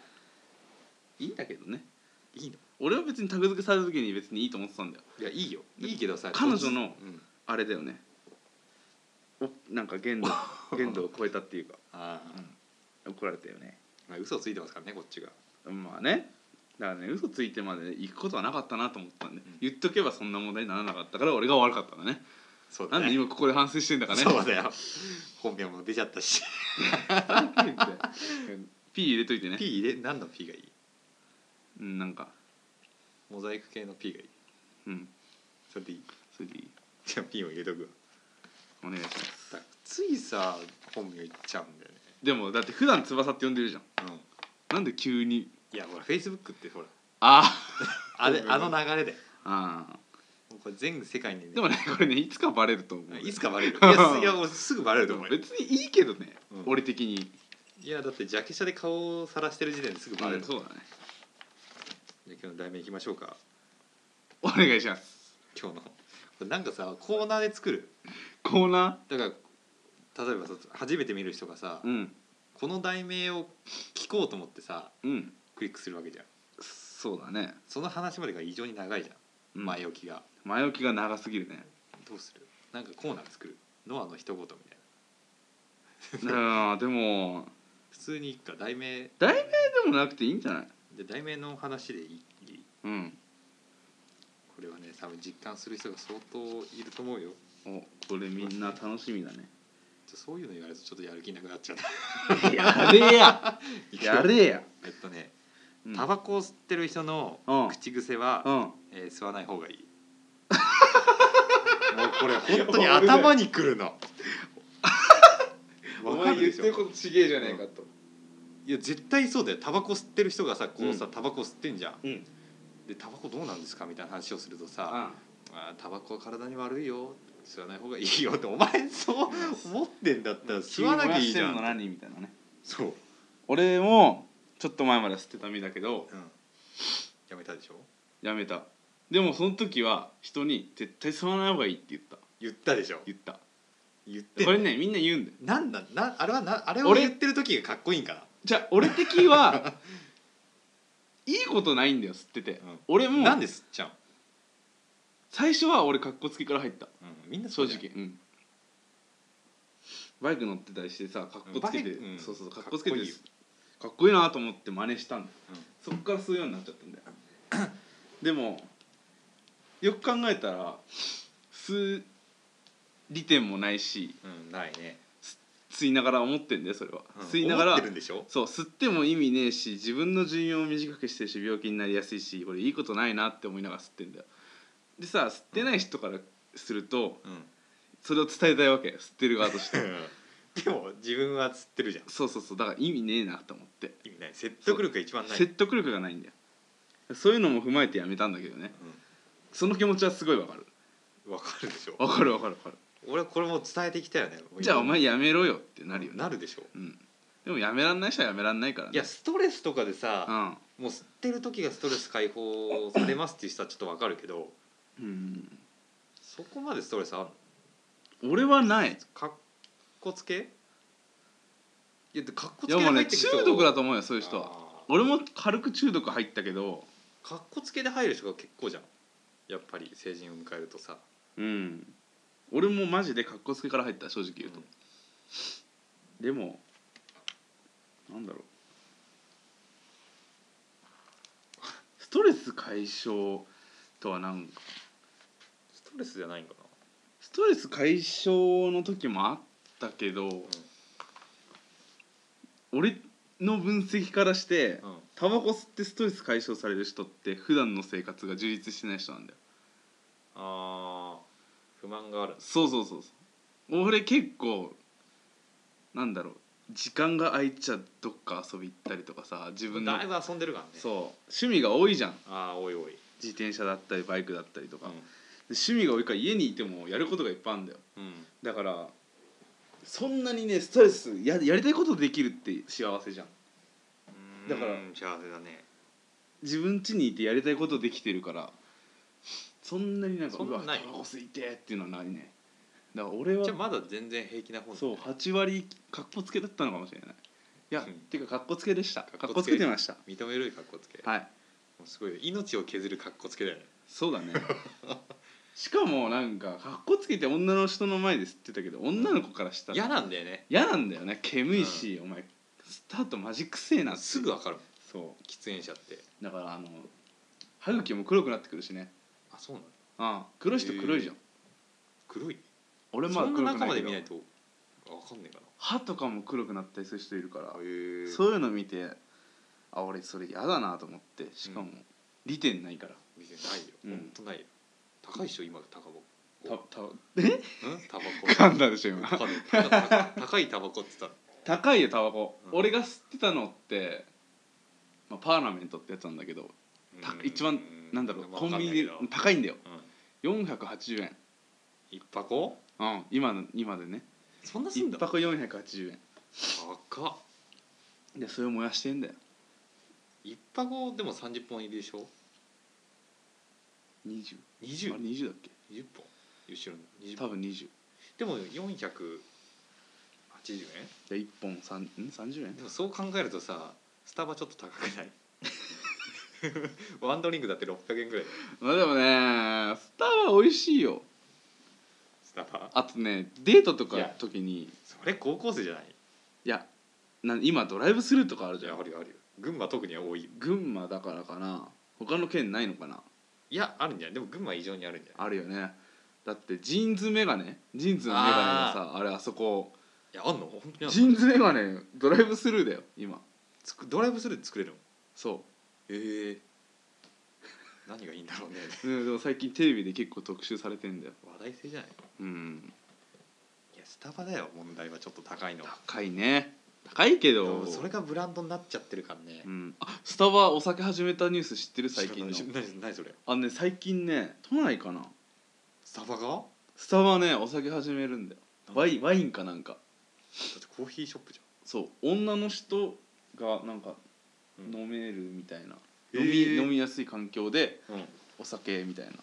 Speaker 1: いいんだけどね
Speaker 2: いいの
Speaker 1: 俺は別にタグ付けされた時に別にいいと思ってたんだよ
Speaker 2: いやいいよいいけどさ
Speaker 1: 彼女の
Speaker 2: うん
Speaker 1: あれだよねおなんか
Speaker 2: <laughs>
Speaker 1: 限度限度を超えたっていうか
Speaker 2: あー
Speaker 1: 怒られたよね
Speaker 2: まあ嘘ついてますからねこっちが
Speaker 1: まあねだからね嘘ついてまで行くことはなかったなと思ったんで、
Speaker 2: うん
Speaker 1: 言っとけばそんな問題にならなかったから俺が悪かったんだね
Speaker 2: そう
Speaker 1: なんで今ここで反省してんだかね <laughs>
Speaker 2: <laughs> そうだよ本名も出ちゃったし
Speaker 1: P 入れといてね
Speaker 2: P 入れ何の P がいい
Speaker 1: うんなんか
Speaker 2: モザイク系の P がいい
Speaker 1: うん
Speaker 2: それでいい
Speaker 1: それでいい
Speaker 2: じゃあ P を入れとくわ
Speaker 1: お願いします
Speaker 2: だついさ本名言っちゃうんだよね
Speaker 1: でもだって普段翼って呼んでるじゃん
Speaker 2: うん
Speaker 1: なんで急に
Speaker 2: いやほらフェイスブックってほら
Speaker 1: あ
Speaker 2: あれ
Speaker 1: 本名
Speaker 2: あの流れで
Speaker 1: ああ
Speaker 2: もうこれ全世界にね
Speaker 1: でもねこれねいつかバレると思う
Speaker 2: いつかバレるいやすいやもうすぐバレると思うよ
Speaker 1: 別にいいけどね、
Speaker 2: うん
Speaker 1: 俺的に
Speaker 2: いやだってジャケ写で顔を晒してる時点ですぐバレる、じゃ
Speaker 1: そうだね
Speaker 2: あ今日の題名いきましょうか
Speaker 1: お願いします
Speaker 2: 今日のこれなんかさコーナーで作る
Speaker 1: コーナ
Speaker 2: だから例えばさ初めて見る人がさ、
Speaker 1: ーうん
Speaker 2: この題名を聞こうと思ってさ
Speaker 1: うん
Speaker 2: クリックするわけじゃん
Speaker 1: そうだね
Speaker 2: その話までが異常に長いじゃん、
Speaker 1: うん
Speaker 2: 前置きが
Speaker 1: 前置きが長すぎるね
Speaker 2: どうするなんかコーナー作るノアの一言みたいな
Speaker 1: うんでも
Speaker 2: 普通にいくか題名
Speaker 1: 題名でもなくていいんじゃない
Speaker 2: で題名の話でいいいい
Speaker 1: うん
Speaker 2: これはね多分実感する人が相当いると思うよ
Speaker 1: おこれみんな楽しみだね
Speaker 2: ちょそういうの言われるとちょっとやる気なくなっちゃう
Speaker 1: <laughs> やれや
Speaker 2: いくよ
Speaker 1: やれや
Speaker 2: <laughs> えっとね
Speaker 1: うん
Speaker 2: タバコを吸ってる人の
Speaker 1: うん
Speaker 2: 口癖は、
Speaker 1: うん
Speaker 2: えー吸わない方がい <laughs> いもうこれ本当に頭にく <laughs> るのわかでしょ
Speaker 1: ことちげえじゃ
Speaker 2: ねえか
Speaker 1: と
Speaker 2: いや絶対そうだよタバコ吸ってる人がさこうさ
Speaker 1: う
Speaker 2: タバコ吸ってんじゃん
Speaker 1: うん
Speaker 2: でタバコどうなんですかみたいな話をするとさ、
Speaker 1: あ
Speaker 2: あータバコは体に悪いよ吸わない方がいいよってお前そう思ってんだったら吸わなきゃいいじゃ
Speaker 1: の
Speaker 2: ん
Speaker 1: 何みたいなね
Speaker 2: そう、
Speaker 1: 俺もちょっと前までは吸ってた身だけど
Speaker 2: うん、やめたでしょ
Speaker 1: やめたでもその時は人に絶対吸わない方がいいって言った
Speaker 2: 言ったでしょ
Speaker 1: 言った
Speaker 2: 言って
Speaker 1: これねみんな言うんだよ
Speaker 2: なんだなあれはなあれを
Speaker 1: 俺
Speaker 2: 言ってる時がかっこいいんかな
Speaker 1: じゃあ俺的に
Speaker 2: <laughs>
Speaker 1: はいいことないんだよ吸ってて、
Speaker 2: うん
Speaker 1: 俺も
Speaker 2: なんで吸っちゃ
Speaker 1: 最初は俺格好つけから入った
Speaker 2: う、うん、みんなそ
Speaker 1: 正
Speaker 2: うじゃ
Speaker 1: 直
Speaker 2: ん
Speaker 1: うんバイク乗ってたりしてさ格好つけて、
Speaker 2: バイクうん
Speaker 1: そうそう格好つけてかっ
Speaker 2: かっこいいよ
Speaker 1: こいいなと思って真似したんだよ、
Speaker 2: う
Speaker 1: そっから吸うようになっちゃったんだよ <coughs> でもよく考えたら吸う利点もないし
Speaker 2: うんないね
Speaker 1: 吸いながら思ってんだよそれは、
Speaker 2: うん
Speaker 1: 吸いなが
Speaker 2: 思っ
Speaker 1: ら
Speaker 2: てるんでしょ
Speaker 1: そう吸っても意味ねえし自分の寿命を短くしてるし病気になりやすいしこれいいことないなって思いながら吸ってんだよでさ吸ってない人からすると
Speaker 2: うん
Speaker 1: それを伝えたいわけ吸ってる側
Speaker 2: <laughs>
Speaker 1: として
Speaker 2: でも自分は吸ってるじゃん
Speaker 1: そうそうそうだから意味ねえなと思って
Speaker 2: 意味ない説得力が一番ない、うん
Speaker 1: 説得力がないんだよそういうのも踏まえてやめたんだけどねその気持ちはすごいわかる
Speaker 2: わかるでしょ
Speaker 1: わかるわかるわかる
Speaker 2: 俺はこれも伝えてきたよね
Speaker 1: じゃあお前やめろよってなるよね
Speaker 2: なるでしょ
Speaker 1: うんでもやめらんない人はやめらんないからね
Speaker 2: いやストレスとかでさ、
Speaker 1: うん
Speaker 2: もう吸ってる時がストレス解放されますっていう人はちょっとわかるけど
Speaker 1: うん
Speaker 2: そこまでストレスあるの
Speaker 1: 俺はない
Speaker 2: かっこつけいやでかっこつ
Speaker 1: い
Speaker 2: け
Speaker 1: や
Speaker 2: で
Speaker 1: もうね
Speaker 2: 入ってく
Speaker 1: 中
Speaker 2: 人
Speaker 1: 毒だと思うよそういう人は
Speaker 2: あー
Speaker 1: 俺も軽く中毒入ったけど
Speaker 2: かっこつけで入る人が結構じゃんやっぱり成人を迎えるとさ
Speaker 1: うん俺もマジでかっこつけから入った正直言うと、
Speaker 2: うん
Speaker 1: でもなんだろうストレス解消とはなんか
Speaker 2: ストレスじゃないんかな
Speaker 1: ストレス解消の時もあったけど、俺の分析からして
Speaker 2: うん
Speaker 1: タバコ吸ってストレス解消される人って普段の生活が充実してない人なんだよ
Speaker 2: あー不満があるんです
Speaker 1: そうそうそうそう俺結構なんだろう時間が空いちゃどっか遊び行ったりとかさ自分の
Speaker 2: だいぶ遊んでるからね
Speaker 1: そう趣味が多いじゃん
Speaker 2: ああおいおい
Speaker 1: 自転車だったりバイクだったりとか、
Speaker 2: うん
Speaker 1: で趣味が多いから家にいてもやることがいっぱいあるんだよ
Speaker 2: うん
Speaker 1: だからそんなにねストレスややりたいことできるって幸せじゃんだから
Speaker 2: うん幸せだね
Speaker 1: 自分家にいてやりたいことできてるからそんなになんか
Speaker 2: そんな
Speaker 1: うわ
Speaker 2: ない
Speaker 1: タバコ吸いてーっていうのはないねだから俺は
Speaker 2: じゃあまだ全然平気な方だね
Speaker 1: そう8割かっこつけだったのかもしれないいや、
Speaker 2: うん
Speaker 1: てかかっこつけでしたか
Speaker 2: か
Speaker 1: っこ
Speaker 2: っこ
Speaker 1: つ
Speaker 2: つ
Speaker 1: け
Speaker 2: け
Speaker 1: てました
Speaker 2: 認める格好つけも
Speaker 1: はいう
Speaker 2: すごいね命を削る格好つけだよね
Speaker 1: そうだね <laughs> しかもなんかかっこつけて女の人の前で吸ってたけど女の子からしたら
Speaker 2: 嫌なんだよね
Speaker 1: 嫌なんだよね煙いし、お前スタートマジくせえなって
Speaker 2: すぐ分かるもん
Speaker 1: そ
Speaker 2: 喫煙者って
Speaker 1: うだからあの歯茎も黒くなってくるしね
Speaker 2: あそうなの
Speaker 1: ああ黒い人黒いじゃん、
Speaker 2: 黒い
Speaker 1: 俺ま
Speaker 2: そ
Speaker 1: だ
Speaker 2: ん
Speaker 1: 黒く
Speaker 2: な
Speaker 1: ないけど
Speaker 2: 中まで見ないと分かんねえか
Speaker 1: 歯とかも黒くなったりする人いるから
Speaker 2: なへえ
Speaker 1: そういうの見てあ俺それ嫌だなと思ってしかも利点ないから
Speaker 2: 見てないよ
Speaker 1: うん
Speaker 2: ほんとないよ高いっしょ今タバコ
Speaker 1: たたえ
Speaker 2: うんタバコ
Speaker 1: 噛んだでしょ今
Speaker 2: わかんない高高いタバコって言っ
Speaker 1: <laughs> 高いよタバコ、
Speaker 2: うん
Speaker 1: 俺が吸ってたのって、まあ、パーラメントってやつなんだけど、
Speaker 2: た
Speaker 1: た
Speaker 2: の
Speaker 1: 一番なんだろうコンビニで
Speaker 2: うん
Speaker 1: 高いんだよ480円
Speaker 2: 一箱
Speaker 1: うん今の今でね
Speaker 2: そんなすん
Speaker 1: 一
Speaker 2: だ
Speaker 1: 箱480円
Speaker 2: 高っ
Speaker 1: でそれを燃やしてんだよ
Speaker 2: 一箱でも30本入りでしょ
Speaker 1: 20あれ
Speaker 2: 2020
Speaker 1: 20だっけ
Speaker 2: 本後ろの20
Speaker 1: 多
Speaker 2: 本
Speaker 1: 分20
Speaker 2: でも480円
Speaker 1: で1本3ん30円
Speaker 2: でもそう考えるとさスタバちょっと高くない <laughs> ワンドリンクだって600円ぐらい
Speaker 1: まあでもねスターは美味しいよ
Speaker 2: スタバ
Speaker 1: あとねデートとか
Speaker 2: い
Speaker 1: の
Speaker 2: や
Speaker 1: 時にい
Speaker 2: それ高校生じゃない
Speaker 1: やな今ドライブスルーとかある
Speaker 2: い
Speaker 1: じゃ
Speaker 2: や
Speaker 1: ん
Speaker 2: あるよあるよ群馬特に多い
Speaker 1: 群馬だからかな他の県ないのかない
Speaker 2: やあるんじゃないでも群馬以上にあるんじゃない
Speaker 1: あるよねだってジーンズメガネジーンズのメガネがさあれあそこ
Speaker 2: いやあんの本当にあん
Speaker 1: ジ
Speaker 2: の
Speaker 1: ーンズメガネドライブスルーだよ今
Speaker 2: つくドライブスルーで作れるの
Speaker 1: そ
Speaker 2: ええ何がいいんだろうね
Speaker 1: ううんでも最近テレビで結構特集されてんだよ
Speaker 2: 話題性じゃない
Speaker 1: うん
Speaker 2: いやスタバだよ問題はちょっと高いのは
Speaker 1: 高いね高いけ
Speaker 2: でも
Speaker 1: ど
Speaker 2: それがブランドになっちゃってるからね
Speaker 1: うん、あスタバお酒始めたニュース知ってる最近の
Speaker 2: 知らない知らない何それ
Speaker 1: あのね最近ね都内かな
Speaker 2: スタバがだ
Speaker 1: スタバねお酒始めるんだよワインワインかなんか
Speaker 2: ってコーヒーショップじ
Speaker 1: そう女の人がなんか
Speaker 2: ゃん、
Speaker 1: 飲めるみたいな、
Speaker 2: へ
Speaker 1: 飲み
Speaker 2: ー
Speaker 1: 飲みやすい環境で
Speaker 2: うん
Speaker 1: お酒みたいな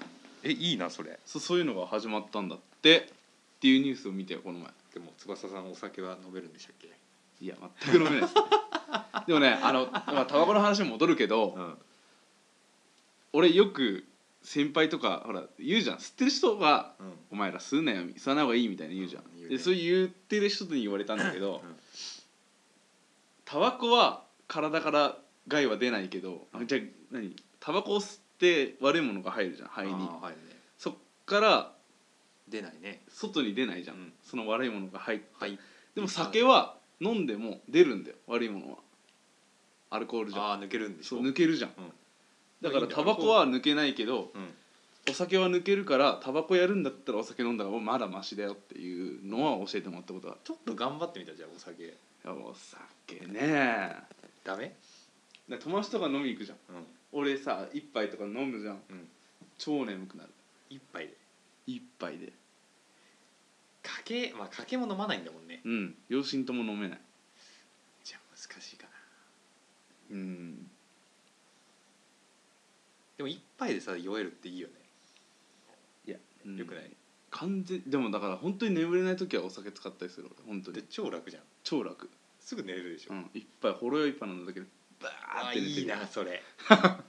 Speaker 2: えいいなそれ
Speaker 1: そうそういうのが始まったんだってっていうニュースを見てこの前
Speaker 2: でも翼さんお酒は飲めるんでしたっけ
Speaker 1: いや全く飲めない
Speaker 2: <laughs>
Speaker 1: ですでもねあのまあタバコの話に戻るけど
Speaker 2: ん
Speaker 1: 俺よく先輩とかほら言うじゃん吸ってる人が
Speaker 2: うん
Speaker 1: 「お前ら吸うなよ吸わない方がいい」みたいな言うじゃん、
Speaker 2: うん言うね
Speaker 1: でそう言ってる人に言われたんだけど、
Speaker 2: うん
Speaker 1: タバコは体から害は出ないけどあじゃあ何タバコを吸って悪いものが入るじゃん肺
Speaker 2: あ
Speaker 1: に
Speaker 2: ーはいね
Speaker 1: そっから
Speaker 2: 出ないね
Speaker 1: 外に出ないじゃん、
Speaker 2: うん
Speaker 1: その悪いものが入って、
Speaker 2: はい
Speaker 1: でも酒は飲んでも出るんだよ悪いものはアルコールじゃん
Speaker 2: ああ抜けるんでし
Speaker 1: そ
Speaker 2: ょ
Speaker 1: う抜けるじゃん、
Speaker 2: うん
Speaker 1: だからタバコは抜けないけど
Speaker 2: うん
Speaker 1: お酒は抜けるからタバコやるんだったらお酒飲んだ方がまだマシだよっていうのは教えてもらったことある
Speaker 2: ちょっと頑張ってみたじゃんお酒
Speaker 1: いやお酒ね
Speaker 2: ダメ
Speaker 1: だから友達とか飲み行くじゃん
Speaker 2: うん
Speaker 1: 俺さ一杯とか飲むじゃん、
Speaker 2: うん
Speaker 1: 超眠くなる
Speaker 2: 一杯で
Speaker 1: 一杯で
Speaker 2: かけまあかけも飲まないんだもんね
Speaker 1: うん両親とも飲めない
Speaker 2: じゃあ難しいかな
Speaker 1: うん
Speaker 2: でも一杯でさ酔えるっていいよね
Speaker 1: いや、うん
Speaker 2: よくない
Speaker 1: 完全でもだから本当に眠れない時はお酒使ったりする俺本当
Speaker 2: で
Speaker 1: に
Speaker 2: 超楽じゃん
Speaker 1: 超楽
Speaker 2: すぐ寝れるでしょ
Speaker 1: うん一杯ほろ酔い一杯飲んだだけでバー
Speaker 2: あ
Speaker 1: っ
Speaker 2: あ
Speaker 1: て出て
Speaker 2: いい
Speaker 1: る
Speaker 2: な
Speaker 1: <laughs>
Speaker 2: それ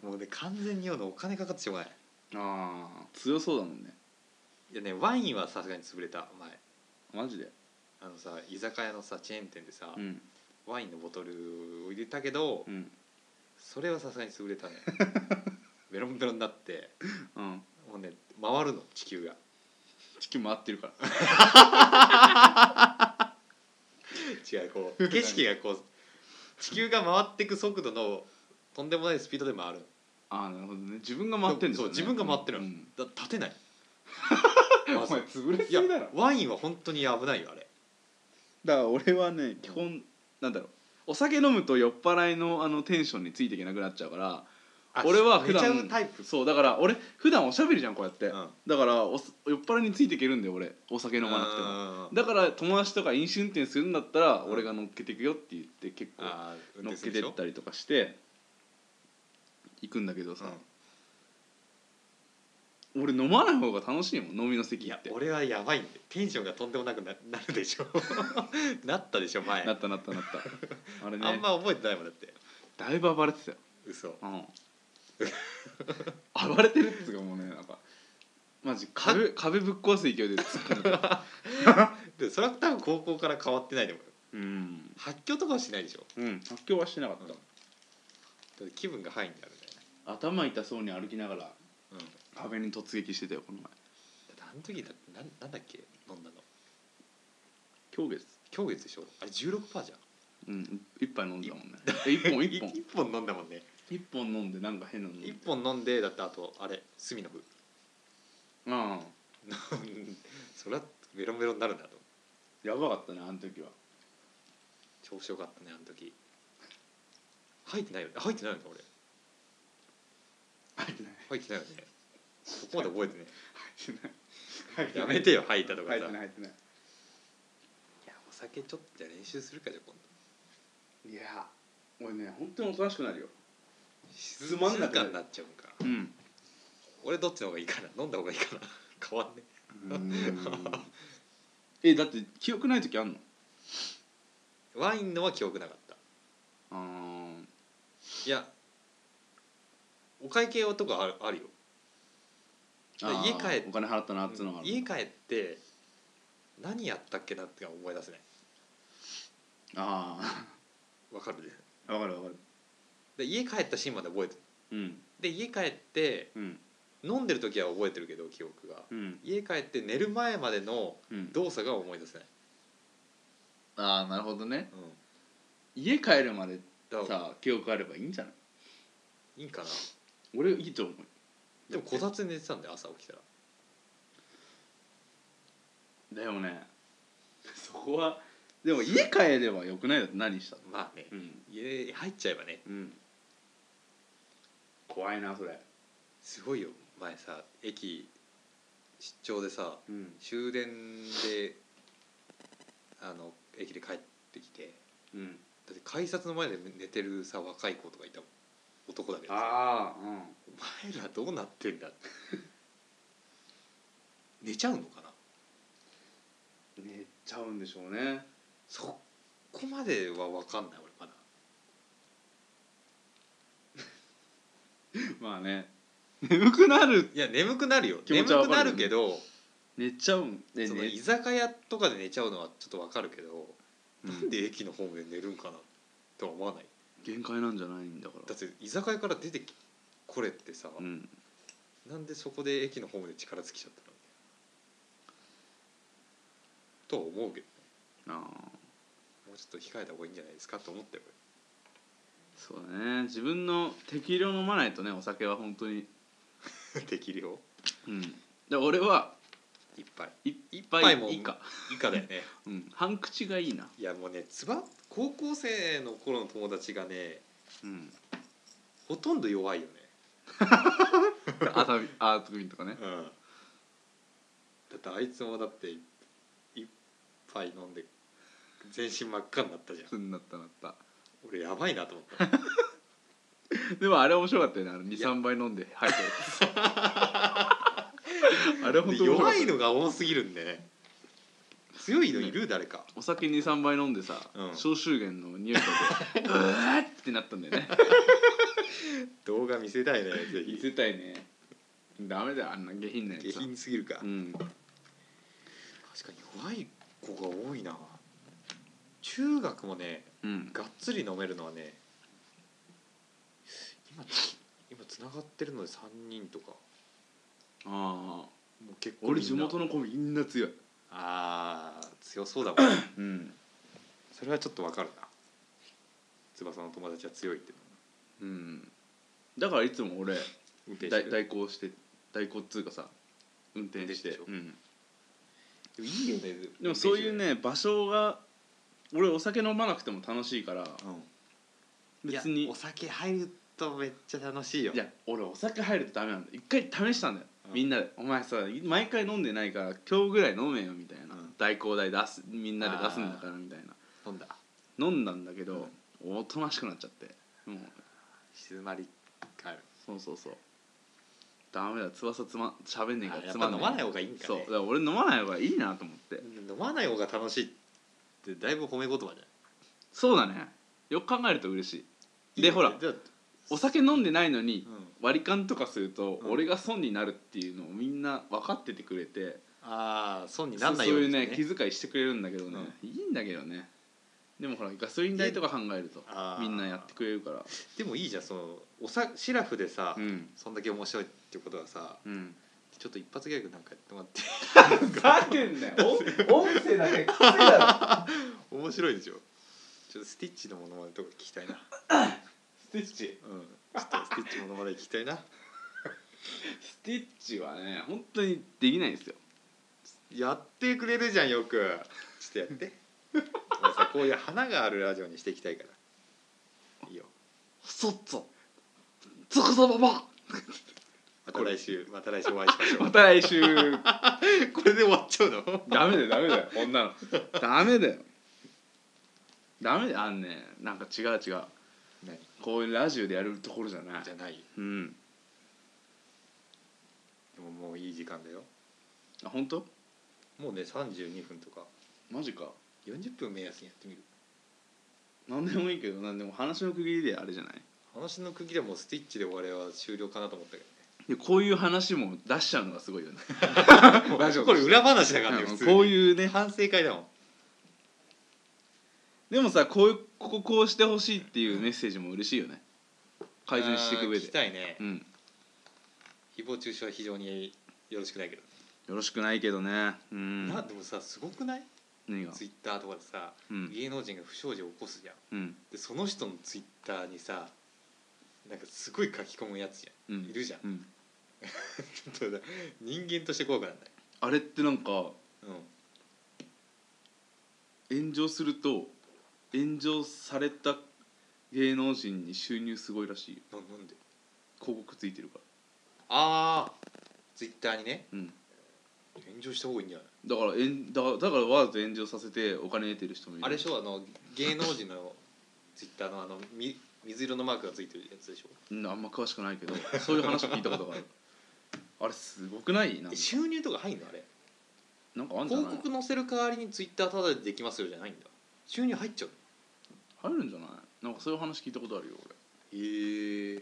Speaker 2: もうね完全に酔うのお金かかってしょうがない
Speaker 1: あー強そうだもんね
Speaker 2: いやねワインはさすがに潰れた前
Speaker 1: マジで
Speaker 2: あのさ居酒屋のさチェーン店でさ、
Speaker 1: うん
Speaker 2: ワインのボトルを入れたけど
Speaker 1: うん
Speaker 2: それはさすがに潰れ
Speaker 1: <laughs>
Speaker 2: たねベロンベロンになって
Speaker 1: うん
Speaker 2: もうね回るの地球が
Speaker 1: 地球回ってるから
Speaker 2: 違う
Speaker 1: <laughs>
Speaker 2: こう景色がこう地球が回ってく速度のとんでもないスピードで回る
Speaker 1: <laughs> ああなるほどね自分が回ってるんです
Speaker 2: そう
Speaker 1: よ、ね、
Speaker 2: 自分が回ってる
Speaker 1: う
Speaker 2: の、
Speaker 1: ん
Speaker 2: だ立 <laughs> てない
Speaker 1: お前潰れ
Speaker 2: いや
Speaker 1: すぎだろ
Speaker 2: ワインは本当に危ないよあれ
Speaker 1: だから俺はね基本なんだろうお酒飲むと酔っ払いのあのテンションについていけなくなっちゃうから俺は普段
Speaker 2: 寝ちゃうタイプ
Speaker 1: そうだから俺普段おしゃべりじゃんこうやって、
Speaker 2: うん
Speaker 1: だからおす酔っ払いについていけるんだよ俺お酒飲まなくても
Speaker 2: あー
Speaker 1: だから友達とか飲酒運転するんだったら
Speaker 2: うん
Speaker 1: 俺が乗っけていくよって言って結構
Speaker 2: あー運
Speaker 1: 乗っ
Speaker 2: 転する
Speaker 1: け
Speaker 2: で
Speaker 1: て
Speaker 2: しょ
Speaker 1: ったりとかして行くんだけどさ、俺飲まない方が楽しいもん飲みの
Speaker 2: うん
Speaker 1: 席
Speaker 2: い
Speaker 1: っ
Speaker 2: や
Speaker 1: て
Speaker 2: 俺はやばいんでテンションがとんでもなくななるでしょ <laughs> なったでしょ
Speaker 1: <laughs>
Speaker 2: 前
Speaker 1: なったなったなった <laughs> あれね
Speaker 2: あんま覚えてないもんだって
Speaker 1: だいぶ暴れてたよ
Speaker 2: 嘘
Speaker 1: うん暴れてるっつうかもうねなんかマジ壁壁ぶっ壊す勢いで突っ込んでた
Speaker 2: でそれは多分高校から変わってないでも
Speaker 1: <laughs> うん
Speaker 2: 発狂とかはしないでしょだ
Speaker 1: うん発狂はしてなかった、
Speaker 2: って気分がハイになるね
Speaker 1: 頭痛そうに歩きながら
Speaker 2: うんだ
Speaker 1: 壁に突撃してたよこの前
Speaker 2: ってあの時だってなんなんだっけ飲んだの
Speaker 1: 狂月
Speaker 2: 狂月でしょあれ16%じゃん
Speaker 1: うん一杯飲んだもん <laughs> ねえ一本一本
Speaker 2: 一本飲んだもんね
Speaker 1: 一本飲んでなんか変なの飲んで
Speaker 2: 一本飲んでだってあとあれ隅の部 <laughs>
Speaker 1: うん
Speaker 2: そりゃベロンベロンになるんだと
Speaker 1: やばかったねあの時は
Speaker 2: 調子よかったねあの時入ってないよね入ってないよね俺
Speaker 1: 入ってない
Speaker 2: 入ってないよねそこまで覚えてね
Speaker 1: 入ってない入って
Speaker 2: や
Speaker 1: ない
Speaker 2: めてよ入ったとか
Speaker 1: 入
Speaker 2: さい
Speaker 1: っ
Speaker 2: や
Speaker 1: てない入ってない
Speaker 2: お酒ちょっとじゃあ練習するかじゃあ今度
Speaker 1: いや俺ね本当におとなしくなるよ
Speaker 2: 静
Speaker 1: まんなくなる
Speaker 2: かになっちゃうんか
Speaker 1: うん
Speaker 2: 俺どっちの方がいいかな飲んだ方がいいかな <laughs> 変わんね
Speaker 1: <laughs> えだって記憶ない時あんの
Speaker 2: ワインのは記憶なかった
Speaker 1: あー
Speaker 2: いやお会計はとかあるあるよ
Speaker 1: あー
Speaker 2: 家帰っ
Speaker 1: お金払ったなっつうのがある
Speaker 2: 家帰って何やったっけなって思い出せない
Speaker 1: あ
Speaker 2: わかる
Speaker 1: あ <laughs> わかるわかる
Speaker 2: で家帰ったシーンまで覚えてる
Speaker 1: うん
Speaker 2: で家帰って
Speaker 1: うん
Speaker 2: 飲んでる時は覚えてるけど記憶が
Speaker 1: うん
Speaker 2: 家帰って寝る前までの
Speaker 1: うん
Speaker 2: 動作が思い出せない、
Speaker 1: ああなるほどね
Speaker 2: うん、
Speaker 1: 家帰るまで
Speaker 2: だから
Speaker 1: さ記憶あればいいんじゃない
Speaker 2: いいんかな
Speaker 1: 俺いいと思う
Speaker 2: でもこたつに寝てたんで朝起きたら
Speaker 1: でもね <laughs> そこはでも家帰ればよくないだって何したの
Speaker 2: まあね
Speaker 1: うん
Speaker 2: 家入っちゃえばね
Speaker 1: うん怖いなそれ
Speaker 2: すごいよ前さ駅出張でさ
Speaker 1: うん
Speaker 2: 終電であの駅で帰ってきて
Speaker 1: うん
Speaker 2: だって改札の前で寝てるさ若い子とかいたもん男だけどさ
Speaker 1: ああ
Speaker 2: お前らどうなってんだって寝ちゃうのかな
Speaker 1: うん寝ちゃうんでしょうね
Speaker 2: そこまでは分かんない俺まだ
Speaker 1: まあね眠くなる
Speaker 2: いや眠くなるよ
Speaker 1: 気持
Speaker 2: 眠
Speaker 1: ちは
Speaker 2: く
Speaker 1: 分
Speaker 2: な
Speaker 1: かるよ
Speaker 2: るけど
Speaker 1: 寝ちゃうんで
Speaker 2: その
Speaker 1: 寝
Speaker 2: 居酒屋とかで寝ちゃうのはちょっと分かるけど、
Speaker 1: うん
Speaker 2: なんで駅のホームで寝るんかなとは思わない
Speaker 1: 限界なんじゃないんだか
Speaker 2: だ
Speaker 1: ら
Speaker 2: って居酒屋から出てこれってさ、
Speaker 1: うん
Speaker 2: なんでそこで駅のホームで力尽きちゃったのとは思うけど
Speaker 1: ああ
Speaker 2: もうちょっと控えた方がいいんじゃないですかと思った <laughs> よ
Speaker 1: そうだね自分の適量飲まないとねお酒は本当に
Speaker 2: 俺適量
Speaker 1: うんで俺は
Speaker 2: 一杯
Speaker 1: い
Speaker 2: 一
Speaker 1: 杯
Speaker 2: 杯も
Speaker 1: 以下
Speaker 2: 以下だよね
Speaker 1: うん半口がいいない
Speaker 2: やもうねつば高校生の頃の友達がね
Speaker 1: うん
Speaker 2: <laughs> ほとんど弱いよね
Speaker 1: あたアートクイーンとかね
Speaker 2: うんだってあいつもだって一杯飲んで全身真っ赤になったじゃん
Speaker 1: うんなったなった
Speaker 2: 俺やばいなと思 <laughs> った
Speaker 1: でもあれ面白かったよねあの23杯飲んで吐いて
Speaker 2: <laughs>
Speaker 1: るあれ本
Speaker 2: で
Speaker 1: 当面白かっ
Speaker 2: 弱
Speaker 1: た
Speaker 2: いのが多すぎるんでね強いのいる誰か
Speaker 1: お酒23杯飲んでさ、
Speaker 2: うん
Speaker 1: 消臭源の匂いとで <laughs> うわーってなったんだよね
Speaker 2: 動 <laughs> 画見せたいねぜ
Speaker 1: 見
Speaker 2: ひ
Speaker 1: せたいねダメだよあんな下品なやつ
Speaker 2: 下
Speaker 1: は
Speaker 2: 品すぎるか、
Speaker 1: うん
Speaker 2: 確かに弱い子が多いな中中学もね
Speaker 1: うん
Speaker 2: がっつり飲めるのはね今今つながってるので3人とか
Speaker 1: ああ
Speaker 2: もう結構
Speaker 1: 俺
Speaker 2: みん
Speaker 1: 地
Speaker 2: な
Speaker 1: 元の子みんな強い
Speaker 2: あー強そうだ
Speaker 1: <laughs>
Speaker 2: もん
Speaker 1: うん
Speaker 2: それはちょっとわかるな翼の友達は強いって
Speaker 1: うんだからいつも俺
Speaker 2: 運転
Speaker 1: 代
Speaker 2: してる
Speaker 1: 代行して代行っつうかさ運転して
Speaker 2: 運転手でしょ
Speaker 1: うん
Speaker 2: でもいいよね
Speaker 1: でもそういう、ね場所が俺お酒飲まなくても楽しいから
Speaker 2: 運転手
Speaker 1: 別
Speaker 2: い
Speaker 1: に
Speaker 2: やお酒入るとめっちゃ楽しいよ
Speaker 1: いや俺お酒入るとダメなんだよ一回試したんだよ、
Speaker 2: うん
Speaker 1: みんなで「お前さ毎回飲んでないから今日ぐらい飲めよ」みたいな、
Speaker 2: うん
Speaker 1: 代行代出すみんなで出すんだからみたいな
Speaker 2: 飲んだ
Speaker 1: 飲んだんだけど、おとなしくなっちゃってもう
Speaker 2: 静まりがある
Speaker 1: そうそうそうダメだ翼つましゃべんねえか
Speaker 2: あ
Speaker 1: ら
Speaker 2: やっ
Speaker 1: つ
Speaker 2: ぱ
Speaker 1: ま
Speaker 2: 飲
Speaker 1: んねえ
Speaker 2: まない方がいいんか
Speaker 1: そう
Speaker 2: ね
Speaker 1: だから俺飲まない方がいいなと思って
Speaker 2: 飲まない方が楽しいってだいぶ褒め言葉じ
Speaker 1: そうだねよく考えると嬉し
Speaker 2: ゃん
Speaker 1: いでほら
Speaker 2: じゃあ
Speaker 1: お酒飲んでないのに
Speaker 2: うん
Speaker 1: 割り勘とかすると
Speaker 2: うん
Speaker 1: 俺が損になるっていうのをみんな分かっててくれて
Speaker 2: ああ損にな
Speaker 1: そ
Speaker 2: ん
Speaker 1: うそ
Speaker 2: な
Speaker 1: う
Speaker 2: いよう
Speaker 1: いう
Speaker 2: に
Speaker 1: ね
Speaker 2: ね
Speaker 1: 気遣いしてくれるんだけどねいいんだけどねでもほらガソリン代とか考えると
Speaker 2: あー
Speaker 1: みんなやってくれるから
Speaker 2: でもいいじゃんそのおさシラフでさ、
Speaker 1: うん
Speaker 2: そんだけ面白いってことはさ
Speaker 1: うん
Speaker 2: ちょっと一発ギャグなんかやってもらって <laughs>
Speaker 1: ふざけんなよお音声だけきついだろ
Speaker 2: 面白いでしょちょっとスティッチのものまねとか聞きたいな
Speaker 1: スティッチ
Speaker 2: うんちょっとスティッチものまね聞きたいな
Speaker 1: スティッチはね本当にできないんですよ
Speaker 2: やってくれるじゃんよくちょっとやってお前さこういう花があるラジオにしていきたいからいいよ
Speaker 1: そっそそこそばば
Speaker 2: また来週また来週お会いしましょ
Speaker 1: ま
Speaker 2: う
Speaker 1: た来週
Speaker 2: <laughs> これで終わっちゃうの
Speaker 1: ダメだよダメだよこんなのダメだよダメだよあんねなんか違う違う
Speaker 2: 何
Speaker 1: こういうラジオでやるところじゃない
Speaker 2: じゃない
Speaker 1: うん
Speaker 2: でももういい時間だよ
Speaker 1: あ本当
Speaker 2: もうね32分とか
Speaker 1: マジか
Speaker 2: 40分目安にやってみる
Speaker 1: 何でもいいけど何でも話の区切りであれじゃない
Speaker 2: 話の区切りはもうスティッチで終わりは終了かなと思ったけど
Speaker 1: でこういう話も出しちゃうのがすごいよね
Speaker 2: <laughs>
Speaker 1: ラジオ
Speaker 2: ねこれ裏話だからね
Speaker 1: う
Speaker 2: 普
Speaker 1: ん
Speaker 2: 通
Speaker 1: こう
Speaker 2: う
Speaker 1: いうね
Speaker 2: 反省会だもん
Speaker 1: でもさこういうこここうしてほしいっていうメッセージも嬉しいよね改善していく上
Speaker 2: あー聞き
Speaker 1: で
Speaker 2: たいね
Speaker 1: うん
Speaker 2: 誹謗中傷は非常によろしくないけど、
Speaker 1: よろしくないけどねうん
Speaker 2: なでもさすごくない
Speaker 1: 何が
Speaker 2: ツイッターとかでさ
Speaker 1: うん
Speaker 2: 芸能人が不祥事を起こすじゃん
Speaker 1: うん
Speaker 2: でその人のツイッターにさなんかすごい書き込むやつじ
Speaker 1: う
Speaker 2: ゃん
Speaker 1: ん
Speaker 2: いるじゃん <laughs>
Speaker 1: うん
Speaker 2: ちょっと人間として怖くなんない
Speaker 1: あれってなんか
Speaker 2: うん
Speaker 1: 炎上すると炎上された芸能人に収入すごいらしいよ
Speaker 2: ななんで
Speaker 1: 広告ついてるか
Speaker 2: ああツイッターにね
Speaker 1: らうん
Speaker 2: 炎上した方がいいんじゃない
Speaker 1: だからえんだだからわざと炎上させてお金得てる人もいる
Speaker 2: あれでしょあの芸能人のツイッターのあのみ水色のマークがついてるやつでしょ
Speaker 1: うんあんま詳しくないけどそういう話を聞いたことがあ <laughs> るあれすごくないなん
Speaker 2: え
Speaker 1: か
Speaker 2: 収入とか入んのあれ
Speaker 1: なんかあんじゃ
Speaker 2: 広
Speaker 1: ない
Speaker 2: 告載せる代わりにツイッターただでできますよじゃないんだ収入入っちゃう
Speaker 1: 入るんじゃないなんかそういう話聞いたことあるよ俺
Speaker 2: へえ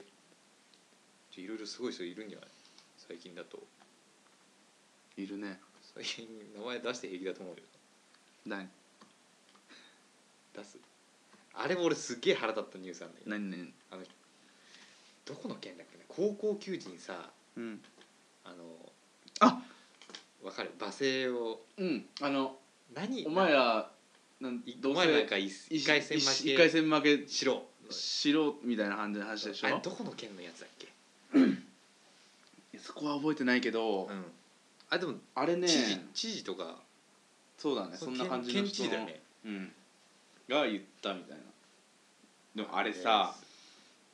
Speaker 2: いろいろすごい人いるんじゃない最近だと
Speaker 1: いるね
Speaker 2: 最近名前出して平気だと思うよ
Speaker 1: 何
Speaker 2: 出すあれも俺すっげえ腹立ったニュースなんだけど
Speaker 1: 何何
Speaker 2: どこの県だっけね高校球児にさ
Speaker 1: うん
Speaker 2: あの
Speaker 1: あ
Speaker 2: わかる罵声を
Speaker 1: うんあの
Speaker 2: 何
Speaker 1: お前らなん
Speaker 2: い
Speaker 1: ど
Speaker 2: お
Speaker 1: う
Speaker 2: 前なん
Speaker 1: せ
Speaker 2: か一一回戦負け
Speaker 1: 一回戦負け
Speaker 2: しろ
Speaker 1: しろみたいな感じの話でしょ
Speaker 2: あれどこの県のやつだっけ
Speaker 1: いやそこは覚えてないけど、
Speaker 2: うんあでも
Speaker 1: あれね
Speaker 2: 知事知事とか
Speaker 1: そうだねそんな感じの
Speaker 2: 県県知
Speaker 1: 人
Speaker 2: 事
Speaker 1: の
Speaker 2: だよね
Speaker 1: うん、が言ったみたいなでもあれさ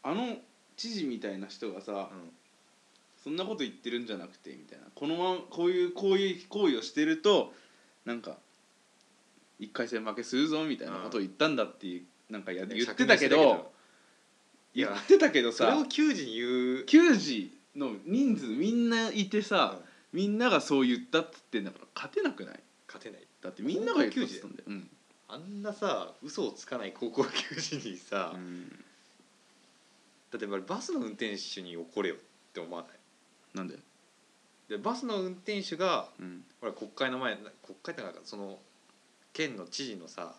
Speaker 1: あの知事みたいな人がさ
Speaker 2: う
Speaker 1: そんなこと言ってるんじゃなくてみたいなこのままこういうこういう行為をしてるとなんか一回戦負けするぞみたいなことを言ったんだっていう、なんかや
Speaker 2: ん
Speaker 1: 言ってたけど
Speaker 2: い
Speaker 1: 言
Speaker 2: や
Speaker 1: ってたけど
Speaker 2: それ
Speaker 1: さ
Speaker 2: を球児に言う
Speaker 1: 球児の人数みんないてさ、みんながそう言ったっつってんだから勝てなくない
Speaker 2: 勝てない
Speaker 1: だってみんなが言ったっつったんだよ、うん
Speaker 2: あんなさ嘘をつかない高校球児にさ、
Speaker 1: うん
Speaker 2: 例えばバスの運転手に怒れよって思わない
Speaker 1: なんで、
Speaker 2: でバスの運転手が
Speaker 1: うん
Speaker 2: ほら国会の前国会ってなんかその県の知事のさ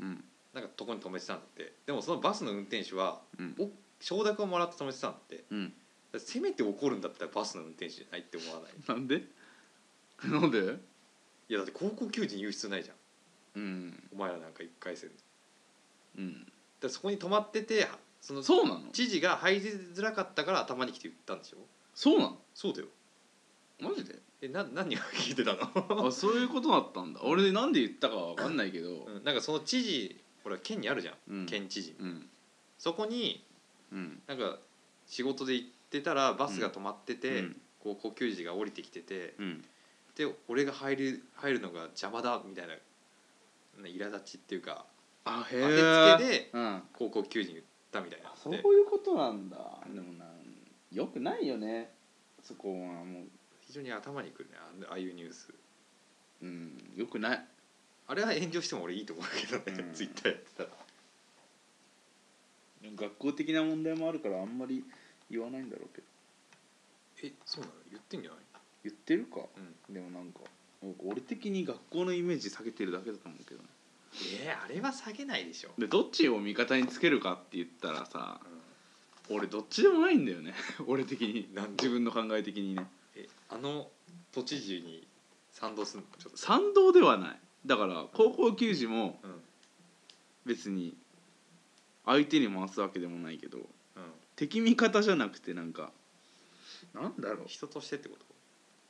Speaker 1: うん
Speaker 2: なんかとこに止めてたんだってでもそのバスの運転手は
Speaker 1: うん
Speaker 2: お承諾をもらって止めてたんだって
Speaker 1: うん
Speaker 2: だからせめて怒るんだったらバスの運転手じゃないって思わない
Speaker 1: なんで <laughs> なんで
Speaker 2: いやだって高校球児に言う必要ないじゃん
Speaker 1: うん
Speaker 2: お前らなんか1回戦だか
Speaker 1: うん
Speaker 2: らそこに止まっててその
Speaker 1: そうなの
Speaker 2: 知事が入りづらかったから頭に来て言ったんでしょ
Speaker 1: そうなの
Speaker 2: そうだよ
Speaker 1: マジで
Speaker 2: えな何を聞いてたの、
Speaker 1: あそういうことだったんだ俺なんで言ったかわかんないけど
Speaker 2: うん、なんかその知事ほら県にあるじゃん、
Speaker 1: うん
Speaker 2: 県知事
Speaker 1: うん
Speaker 2: そこに
Speaker 1: うん
Speaker 2: なんか仕事で行ってたらバスが止まってて、
Speaker 1: うん
Speaker 2: こう高級児が降りてきてて
Speaker 1: うん
Speaker 2: で俺が入る入るのが邪魔だみたいなね苛立ちっていうか
Speaker 1: あへ
Speaker 2: 当
Speaker 1: え
Speaker 2: てつけで
Speaker 1: うん
Speaker 2: 高校球児に言ったみたいな
Speaker 1: そう
Speaker 2: で
Speaker 1: いうことなんだでもなよくないよねそこはも
Speaker 2: 非常に頭にくるねあああいうニュース
Speaker 1: ううんよくない
Speaker 2: あれは炎上しても俺いいと思うけどね、
Speaker 1: うん
Speaker 2: ツイッターやってたら
Speaker 1: 学校的な問題もあるからあんまり言わないんだろうけど
Speaker 2: えそうなの言ってんじゃない、
Speaker 1: 言ってるか
Speaker 2: うん、
Speaker 1: でもなんか僕俺的に学校のイメージ下げてるだけだと思うけどね
Speaker 2: えー、あれは下げないでしょ、
Speaker 1: でどっちを味方につけるかって言ったらさ俺どっちでもないんだよね <laughs> 俺的に
Speaker 2: なんで
Speaker 1: 自分の考え的にね
Speaker 2: えあの都知事に賛同するのちょっと
Speaker 1: 賛同ではないだから高校球児も
Speaker 2: うんうん
Speaker 1: 別に相手に回すわけでもないけど敵味方じゃなくてなんかなんだろ
Speaker 2: 人としてってこと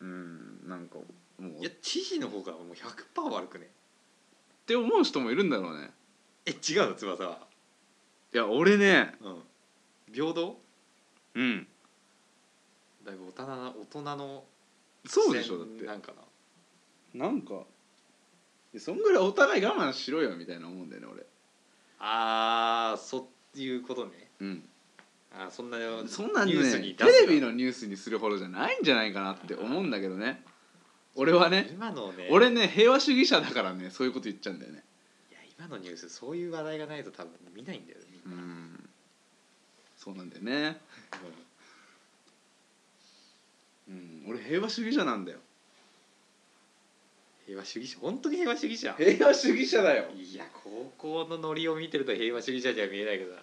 Speaker 1: ううんなんかもう
Speaker 2: いや知事の方がもう100%悪くね
Speaker 1: って思う人もいるんだろうね
Speaker 2: え違うの翼は、
Speaker 1: いや俺ね
Speaker 2: うん、平等
Speaker 1: うん
Speaker 2: だいぶ大人な大人の
Speaker 1: そうでしょだっ
Speaker 2: 視線
Speaker 1: て
Speaker 2: なんかな
Speaker 1: なんかでそんぐらいお互い我慢しろよみたいな思うんだよね俺
Speaker 2: あーそういうことね
Speaker 1: うん
Speaker 2: あーそんな
Speaker 1: そんなんね
Speaker 2: ニュースに出す
Speaker 1: テ
Speaker 2: な
Speaker 1: レビのニュースにするほどじゃないんじゃないかなって思うんだけどね俺はね
Speaker 2: 今のね
Speaker 1: 俺
Speaker 2: い
Speaker 1: ね平和主義者だからねそういうこと言っちゃうんだよね
Speaker 2: や今のニュースそういう話題がないと多分見ないんだよね
Speaker 1: う
Speaker 2: みんな、うん
Speaker 1: んそうなんだよねうん俺平和主義者なんだよ
Speaker 2: 平和主義者本当に平和主義者
Speaker 1: 平和主義者だよ
Speaker 2: いや高校のノリを見てると平和主義者じゃ見えないけどな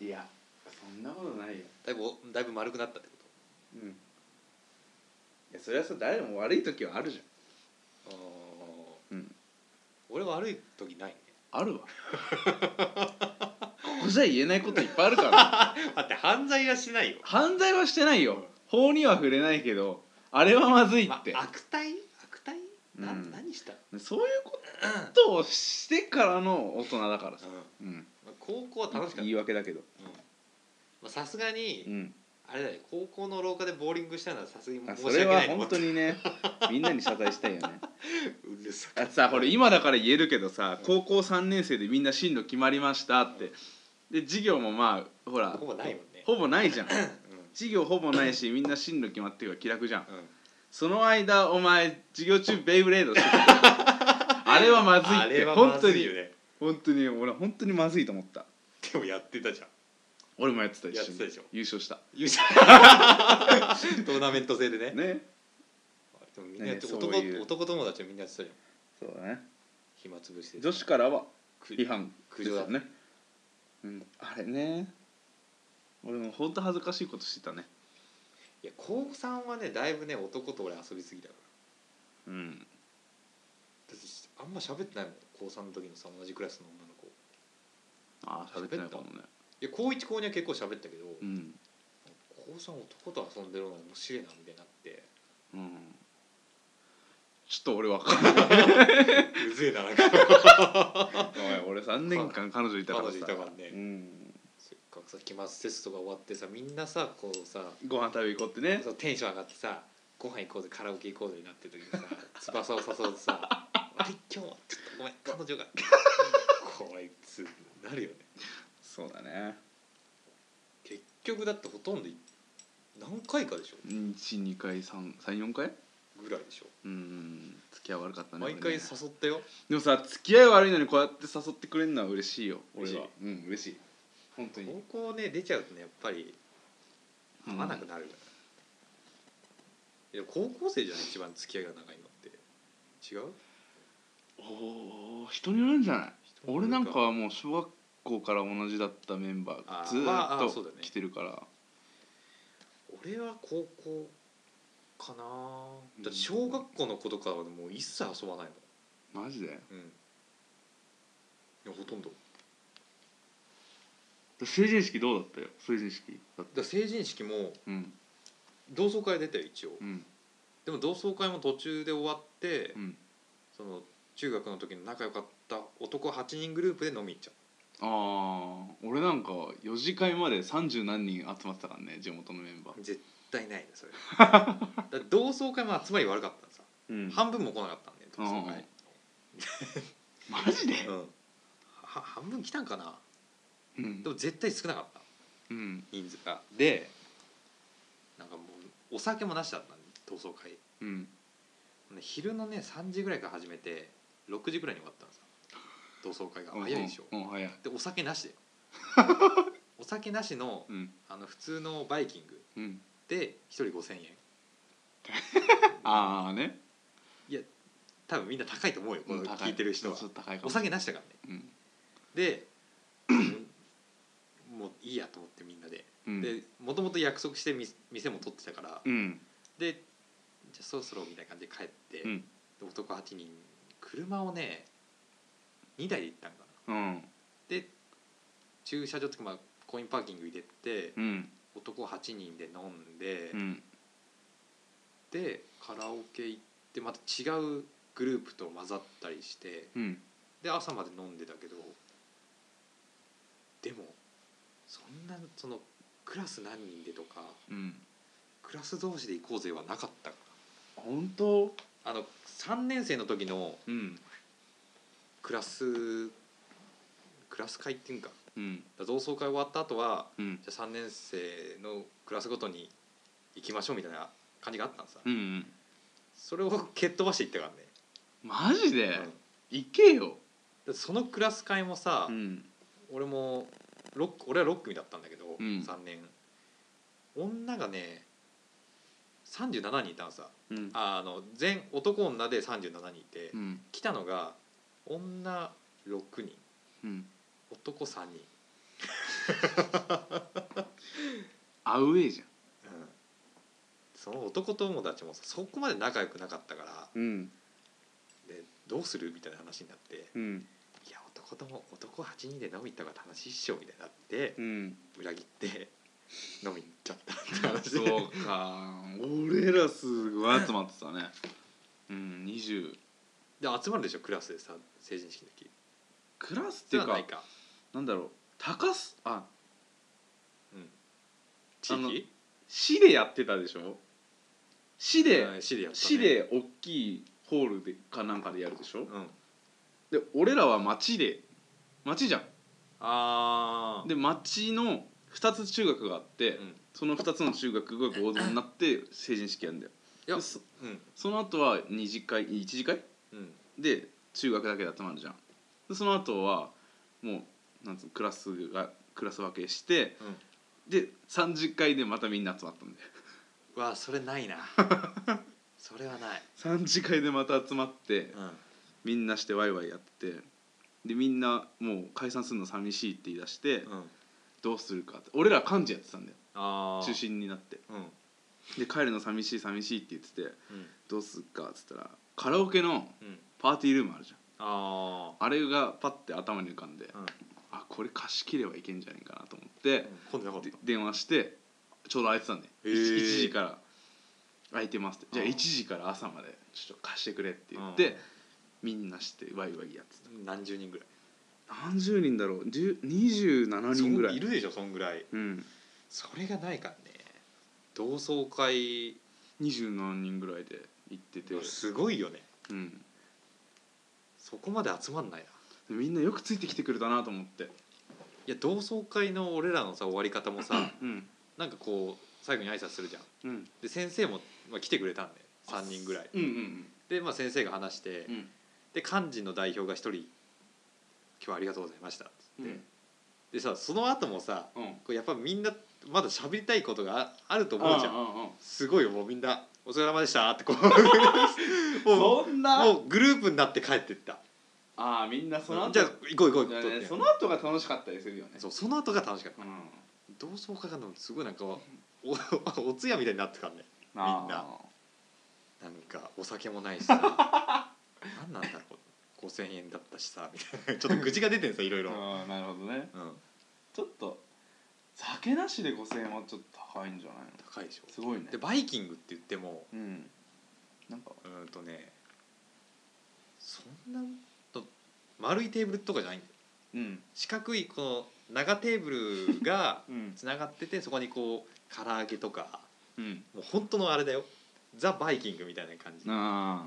Speaker 2: い
Speaker 1: やそんなことないよ
Speaker 2: だいぶだいぶ丸くなったってこ
Speaker 1: うんいやそれはさ誰も悪い時はあるじ
Speaker 2: と
Speaker 1: ゃんうん
Speaker 2: 俺悪い時ないね
Speaker 1: あるわここじゃ言えないこといっぱいあるからね
Speaker 2: だって犯罪はしないよ
Speaker 1: 犯罪はしてないよ法には触れないけどあれはまずい
Speaker 2: ま
Speaker 1: って、
Speaker 2: 悪態悪態な、
Speaker 1: うん
Speaker 2: 何した、
Speaker 1: そういうことをしてからの大人だからさ、うん、
Speaker 2: まあ高校は楽しかった
Speaker 1: 言い訳だけど
Speaker 2: うんまあさすが
Speaker 1: う
Speaker 2: に
Speaker 1: ん
Speaker 2: あれだね高校の廊下でボーリングしたのはさすがに
Speaker 1: あ
Speaker 2: 申
Speaker 1: そ
Speaker 2: し
Speaker 1: れ
Speaker 2: 訳
Speaker 1: は
Speaker 2: ないと思
Speaker 1: 本
Speaker 2: っ
Speaker 1: 当
Speaker 2: た
Speaker 1: にねみんなに謝罪したいよね
Speaker 2: うるさ
Speaker 1: あさこれ今だから言えるけどさ高校3年生でみんな進路決まりましたってで授業もまあほら
Speaker 2: ここもないもんね
Speaker 1: ほぼないじゃん
Speaker 2: う
Speaker 1: 授業ほぼないしみんな進路決まってるから気楽じゃん
Speaker 2: んうん
Speaker 1: その間お前授業中ベイブレー <laughs> ドしてたあれはまずいって
Speaker 2: あれは
Speaker 1: 本
Speaker 2: ま
Speaker 1: 当
Speaker 2: ずいよ
Speaker 1: に
Speaker 2: ね
Speaker 1: 本当に俺本当にまずいと思った
Speaker 2: でもやってたじゃん
Speaker 1: 俺もやってた一
Speaker 2: やっ
Speaker 1: 緒
Speaker 2: て
Speaker 1: に
Speaker 2: たでしょ
Speaker 1: 優勝した
Speaker 2: 優勝 <laughs> トーナメント制でね
Speaker 1: ね
Speaker 2: でもみんなやって
Speaker 1: ね
Speaker 2: 男
Speaker 1: そういう
Speaker 2: 男友達はみんなやってたじゃん
Speaker 1: そうだね
Speaker 2: 暇つぶして
Speaker 1: 女子からは
Speaker 2: く
Speaker 1: 批判
Speaker 2: 苦情だ
Speaker 1: ですよねうんあれね俺も本当恥ずかしいことしてたね
Speaker 2: いや高3はねだいぶね男と俺遊びすぎだから
Speaker 1: うん
Speaker 2: だってあんま喋ってないもん高3の時のさ同じクラスの女の子
Speaker 1: ああ喋ってないかもね
Speaker 2: いや高1高2は結構喋ったけど、
Speaker 1: うん
Speaker 2: 高3男と遊んでるのが面白いなみたいになって
Speaker 1: うんちょっと俺わかんないう
Speaker 2: ぜえなな
Speaker 1: <laughs>
Speaker 2: んか
Speaker 1: おい俺3年間彼女いたからさ
Speaker 2: 彼女いたからね
Speaker 1: うん
Speaker 2: せっかくさ期末テストが終わってさみんなさこうさ
Speaker 1: ご飯食べ行こうってね
Speaker 2: そうテンション上がってさご飯行こうぜカラオケ行こうぜになってる時にさ <laughs> 翼を誘うとさ「あれ今日はちょっとごめん彼
Speaker 1: <laughs>
Speaker 2: 女が」こいつなるよね
Speaker 1: そうだね
Speaker 2: 結局だってほとんどい何回かでしょ
Speaker 1: 12回34回
Speaker 2: ぐらいでしょ
Speaker 1: うん付き合い悪かったね
Speaker 2: 毎
Speaker 1: 俺
Speaker 2: 回誘
Speaker 1: ね
Speaker 2: ったよ
Speaker 1: でもさ付き合い悪いのにこうやって誘ってくれるのは嬉しいよ
Speaker 2: 嬉しい
Speaker 1: 俺はうん嬉しい本当に
Speaker 2: 高校ね出ちゃうとねやっぱり合わなくなる、いや高校生じゃない一番付き合いが長いのって違う
Speaker 1: おお人によるんじゃない
Speaker 2: 人
Speaker 1: 俺なんかはもう小学校から同じだったメンバー
Speaker 2: あ
Speaker 1: が
Speaker 2: ー
Speaker 1: ず
Speaker 2: まああー
Speaker 1: ー
Speaker 2: そう
Speaker 1: っ
Speaker 2: だ
Speaker 1: と
Speaker 2: ね
Speaker 1: 来てるから
Speaker 2: 俺は高校かな
Speaker 1: うん
Speaker 2: だって小学校の子とかはもう一切遊ばないも
Speaker 1: マジで
Speaker 2: ん、うん、いやほとんど
Speaker 1: 成人式どうだったよ成人式だっ
Speaker 2: だ成人式も
Speaker 1: たうん
Speaker 2: 同窓会出たよ一応
Speaker 1: うん
Speaker 2: でも同窓会も途中で終わって、
Speaker 1: うん
Speaker 2: その中学の時の仲良かった男8人グループで飲み行っちゃ
Speaker 1: ああ俺なんか4次会まで三十何人集まってたからね地元のメンバー
Speaker 2: う絶対ないねそ <laughs> れだって同窓会も集まり悪かったのさ、
Speaker 1: うん
Speaker 2: 半分も来なかったんで同窓会、
Speaker 1: マジで
Speaker 2: うんは半分来たんかな
Speaker 1: うん
Speaker 2: でも絶対少なかった
Speaker 1: うん
Speaker 2: 人数がでなんかもうお酒もなしだったんで同窓会
Speaker 1: うん
Speaker 2: ね昼のね3時ぐらいから始めて6時ぐらいに終わったんですよ同窓会が
Speaker 1: うん
Speaker 2: 早いでしょ
Speaker 1: うんうん早い
Speaker 2: でお酒なしだよ
Speaker 1: <laughs>
Speaker 2: お酒なしの
Speaker 1: うん
Speaker 2: あの普通のバイキング
Speaker 1: うん
Speaker 2: で1人5000円
Speaker 1: ああね
Speaker 2: 多分みんな高いと思うよこの
Speaker 1: うん高
Speaker 2: 聞いてる人は
Speaker 1: そう高いかも
Speaker 2: お酒なしだからね
Speaker 1: うん
Speaker 2: でもういいやと思ってみんなで
Speaker 1: うん
Speaker 2: でもともと約束してみ店も取ってたから
Speaker 1: うん
Speaker 2: でじゃあそろそろみたいな感じで帰って、
Speaker 1: うん
Speaker 2: で男8人車をね2台で行ったんかな
Speaker 1: うん
Speaker 2: で駐車場とか、まあ、コインパーキング入れて、
Speaker 1: うん
Speaker 2: 男8人で飲んで、
Speaker 1: うん
Speaker 2: でカラオケ行ってまた違うグループと混ざったりして
Speaker 1: うん
Speaker 2: で朝まで飲んでたけどでもそんなそのクラス何人でとか
Speaker 1: うん
Speaker 2: クラス同士で行こうぜはなかったか
Speaker 1: 本当
Speaker 2: らあの3年生の時の
Speaker 1: うん
Speaker 2: クラスクラス会っていうんか
Speaker 1: うん
Speaker 2: 同窓会終わった後は
Speaker 1: うん
Speaker 2: じゃあ3年生のクラスごとに行きましょうみたいな感じがあったんさ、
Speaker 1: うんうん
Speaker 2: それを蹴っ飛ばしていったからね、
Speaker 1: マジで
Speaker 2: うんだ
Speaker 1: 行けよ
Speaker 2: ってそのクラス会もさ、
Speaker 1: うん
Speaker 2: 俺もロック俺は6組だったんだけど、
Speaker 1: うん
Speaker 2: 3年女がね37人いたんさ
Speaker 1: うん
Speaker 2: ああの全男女で37人いて、
Speaker 1: うん
Speaker 2: 来たのが女6人
Speaker 1: うん
Speaker 2: 男3人、
Speaker 1: アウェイじ
Speaker 2: その男友達もさそこまで仲良くなかったから
Speaker 1: ゃんうん
Speaker 2: でどうするみたいな話になって
Speaker 1: うん
Speaker 2: いや男とも男8人で飲み行った方が楽しいっしょみたいになって
Speaker 1: うん
Speaker 2: 裏切って飲み行っちゃったって話で
Speaker 1: そうか俺らすごい集まってたねうん20
Speaker 2: で集まるでしょクラスでさ成人式の時
Speaker 1: クラスってい
Speaker 2: で
Speaker 1: う
Speaker 2: は
Speaker 1: か
Speaker 2: ないか、
Speaker 1: なんだろう高すあ
Speaker 2: うん、地域
Speaker 1: 市でやってたでしょ市で、
Speaker 2: うん市でやったね
Speaker 1: 市で大きいホールでかなんかでやるでしょ
Speaker 2: うん
Speaker 1: で俺らは町で町じゃ
Speaker 2: あ
Speaker 1: ん
Speaker 2: ー
Speaker 1: で町の2つ中学があって、
Speaker 2: うん
Speaker 1: その2つの中学が合同になって成人式やるんだよ
Speaker 2: いや
Speaker 1: でそ
Speaker 2: うん
Speaker 1: その後は二次会1次会
Speaker 2: うん
Speaker 1: で中学だけで集まるじゃんでその後はもうなんつうのクラスがクラス分けして
Speaker 2: うん
Speaker 1: で3次会でまたみんな集まったんだよ
Speaker 2: うわそれな
Speaker 1: <laughs>
Speaker 2: いなそれはない、
Speaker 1: 3次会でまた集まって
Speaker 2: うん、
Speaker 1: みんなしてワイワイやっててでみんなもう解散するの寂しいって言い出して、
Speaker 2: うん
Speaker 1: どうするかって俺ら漢字やってたんだよ
Speaker 2: ああ
Speaker 1: 中心になって
Speaker 2: うんうん
Speaker 1: で帰るの寂しい寂しいって言っててどうするかっつったらカラオケの
Speaker 2: うん
Speaker 1: パーティールームあるじゃん
Speaker 2: あ
Speaker 1: あれがパッて頭に浮かんで
Speaker 2: あ、うん、
Speaker 1: あこれ貸し切ればいけんじゃねえかなと思って、
Speaker 2: 今度なかった
Speaker 1: で電話してちょうど空いてたんで
Speaker 2: へー
Speaker 1: 1, 時から空いてますってじゃあ
Speaker 2: あー
Speaker 1: 1時から朝までちょっと貸してくれって言ってみんなしてワイワイやってた
Speaker 2: うん何十人ぐらい
Speaker 1: 何十人だろう10 27人ぐら
Speaker 2: そ
Speaker 1: い
Speaker 2: んいるでしょそんぐらい
Speaker 1: うん
Speaker 2: それがないからね同窓会
Speaker 1: 20何人ぐらいで行ってて、
Speaker 2: すごいよね
Speaker 1: うん、
Speaker 2: そこまで集まんないな
Speaker 1: でみんなよくついてきてくれたなと思って
Speaker 2: いや同窓会の俺らのさ終わり方も <coughs> さ
Speaker 1: うん
Speaker 2: なんかこう最後に挨拶するじゃん
Speaker 1: うん
Speaker 2: で先生も、まあ、来てくれたんで3人ぐらい
Speaker 1: うんうん
Speaker 2: で、まあ、先生が話して
Speaker 1: うん
Speaker 2: で幹事の代表が1人「今日はありがとうございました」っつ
Speaker 1: う
Speaker 2: って、
Speaker 1: ん
Speaker 2: でさその後もさ
Speaker 1: うん
Speaker 2: こうやっぱみんなまだ喋りたいことがああると
Speaker 1: あ
Speaker 2: 思うじゃん
Speaker 1: あ
Speaker 2: すごいよもうみんな
Speaker 1: <laughs>
Speaker 2: 「お疲れ様でした」ってこう
Speaker 1: ああ
Speaker 2: もう
Speaker 1: そん
Speaker 2: もうグループになって帰ってった
Speaker 1: ああみんなその後
Speaker 2: じゃあ行こう行こう行こう
Speaker 1: だね
Speaker 2: って
Speaker 1: その後が楽しかったりするよね
Speaker 2: そうその後が楽しかった
Speaker 1: うん
Speaker 2: 同窓会がでもすごいなんかおお通夜みたいになってたんね
Speaker 1: あー
Speaker 2: みんななんかお酒もないし
Speaker 1: <laughs>
Speaker 2: さ何なんだろう5,000円だったしさみたいなちょっと愚痴が出てんさいろいろ、
Speaker 1: うんなるほどね
Speaker 2: うん、
Speaker 1: ちょっと酒なしで5000円はちょっと高いんじゃないの
Speaker 2: 高いでしょ
Speaker 1: すごいね
Speaker 2: でバイキングって言っても
Speaker 1: うんなんか
Speaker 2: うーんとねそんなと丸いテーブルとかじゃないんだよ
Speaker 1: うん
Speaker 2: 四角いこの長テーブルが <laughs>
Speaker 1: うん
Speaker 2: つながっててそこにこう唐揚げとか
Speaker 1: うん
Speaker 2: もう本当のあれだよザ・バイキングみたいな感じ
Speaker 1: ああ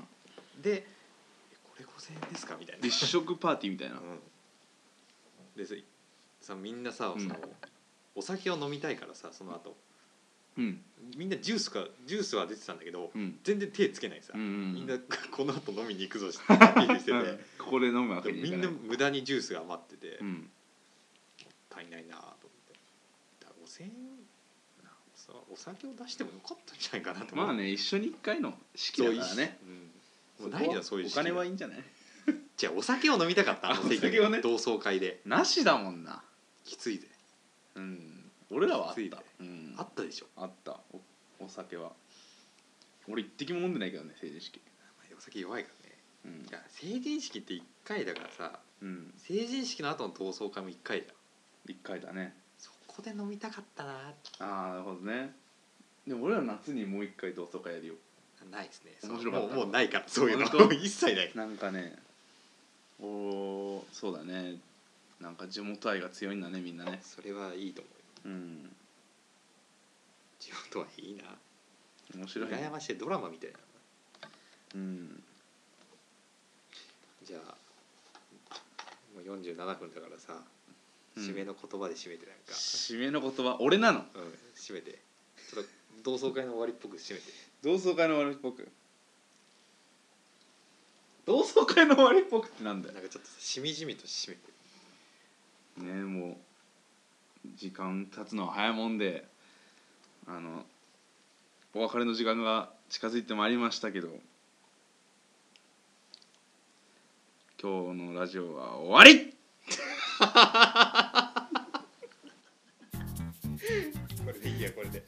Speaker 2: で「これ5,000円ですか?」みたいな
Speaker 1: 立、食パーティーみたいな
Speaker 2: でささみんなさ、
Speaker 1: うん
Speaker 2: そのお酒を飲みたいからさその後
Speaker 1: うん
Speaker 2: みんなジュースかジュースは出てたんだけど
Speaker 1: うん
Speaker 2: 全然手つけないさ、
Speaker 1: うんうん
Speaker 2: みんなこの後飲みに行く
Speaker 1: <laughs>
Speaker 2: ぞって言ってて
Speaker 1: うんここで飲むわけに
Speaker 2: でも
Speaker 1: い
Speaker 2: み
Speaker 1: か
Speaker 2: ん
Speaker 1: な
Speaker 2: ない無駄にジュースが余ってて、
Speaker 1: う
Speaker 2: もっ
Speaker 1: ん
Speaker 2: たいないなと思ってだから5,000円なさお酒を出してもよかったんじゃないかなと思
Speaker 1: まあ
Speaker 2: ね
Speaker 1: ね一緒に一回の式
Speaker 2: そう
Speaker 1: だ
Speaker 2: い
Speaker 1: からね、
Speaker 2: うん、もうないじゃんそういう
Speaker 1: お金はいい
Speaker 2: い
Speaker 1: んじゃない
Speaker 2: じゃお酒を飲みたかったあの席
Speaker 1: お酒
Speaker 2: で
Speaker 1: をね
Speaker 2: 同窓会で
Speaker 1: なしだもんな
Speaker 2: きついで
Speaker 1: うん俺らはあっ
Speaker 2: ついで
Speaker 1: た、うん、
Speaker 2: あったでしょ
Speaker 1: あったおお酒は俺一滴も飲んでないけどね成人式
Speaker 2: お酒弱いからね
Speaker 1: うん
Speaker 2: いや成人式って1回だからさ
Speaker 1: うん
Speaker 2: 成人式の後の同窓会も1回だよ
Speaker 1: 一回だね
Speaker 2: そこで飲みたかったな
Speaker 1: ああなるほどねでも俺ら夏にもう一回同窓会やるよ
Speaker 2: ないですね
Speaker 1: 面白かった
Speaker 2: もうもうないからそういうの
Speaker 1: 本当
Speaker 2: <laughs> 一切ない
Speaker 1: なんかねおーそうだねなんか地元愛が強いんだねみんなね
Speaker 2: それはいいと思うよ
Speaker 1: うん
Speaker 2: 地元はいいな
Speaker 1: 面白いね
Speaker 2: 羨ましいドラマみたいな
Speaker 1: うん
Speaker 2: じゃあもう47分だからさ
Speaker 1: うん
Speaker 2: 締めの言葉で締めてなんか、
Speaker 1: 締めの言葉俺なの
Speaker 2: うん締めてちょっと同窓会の終わりっぽく締めて
Speaker 1: 同窓会の終わりっぽく同窓会の終わりっぽくってなんだよ
Speaker 2: なんかちょっとしみじみと締めて
Speaker 1: ねもう時間経つのは早いもんであのお別れの時間が近づいてまいりましたけど今日のラジオは終わり <laughs>
Speaker 2: これでいいやこれで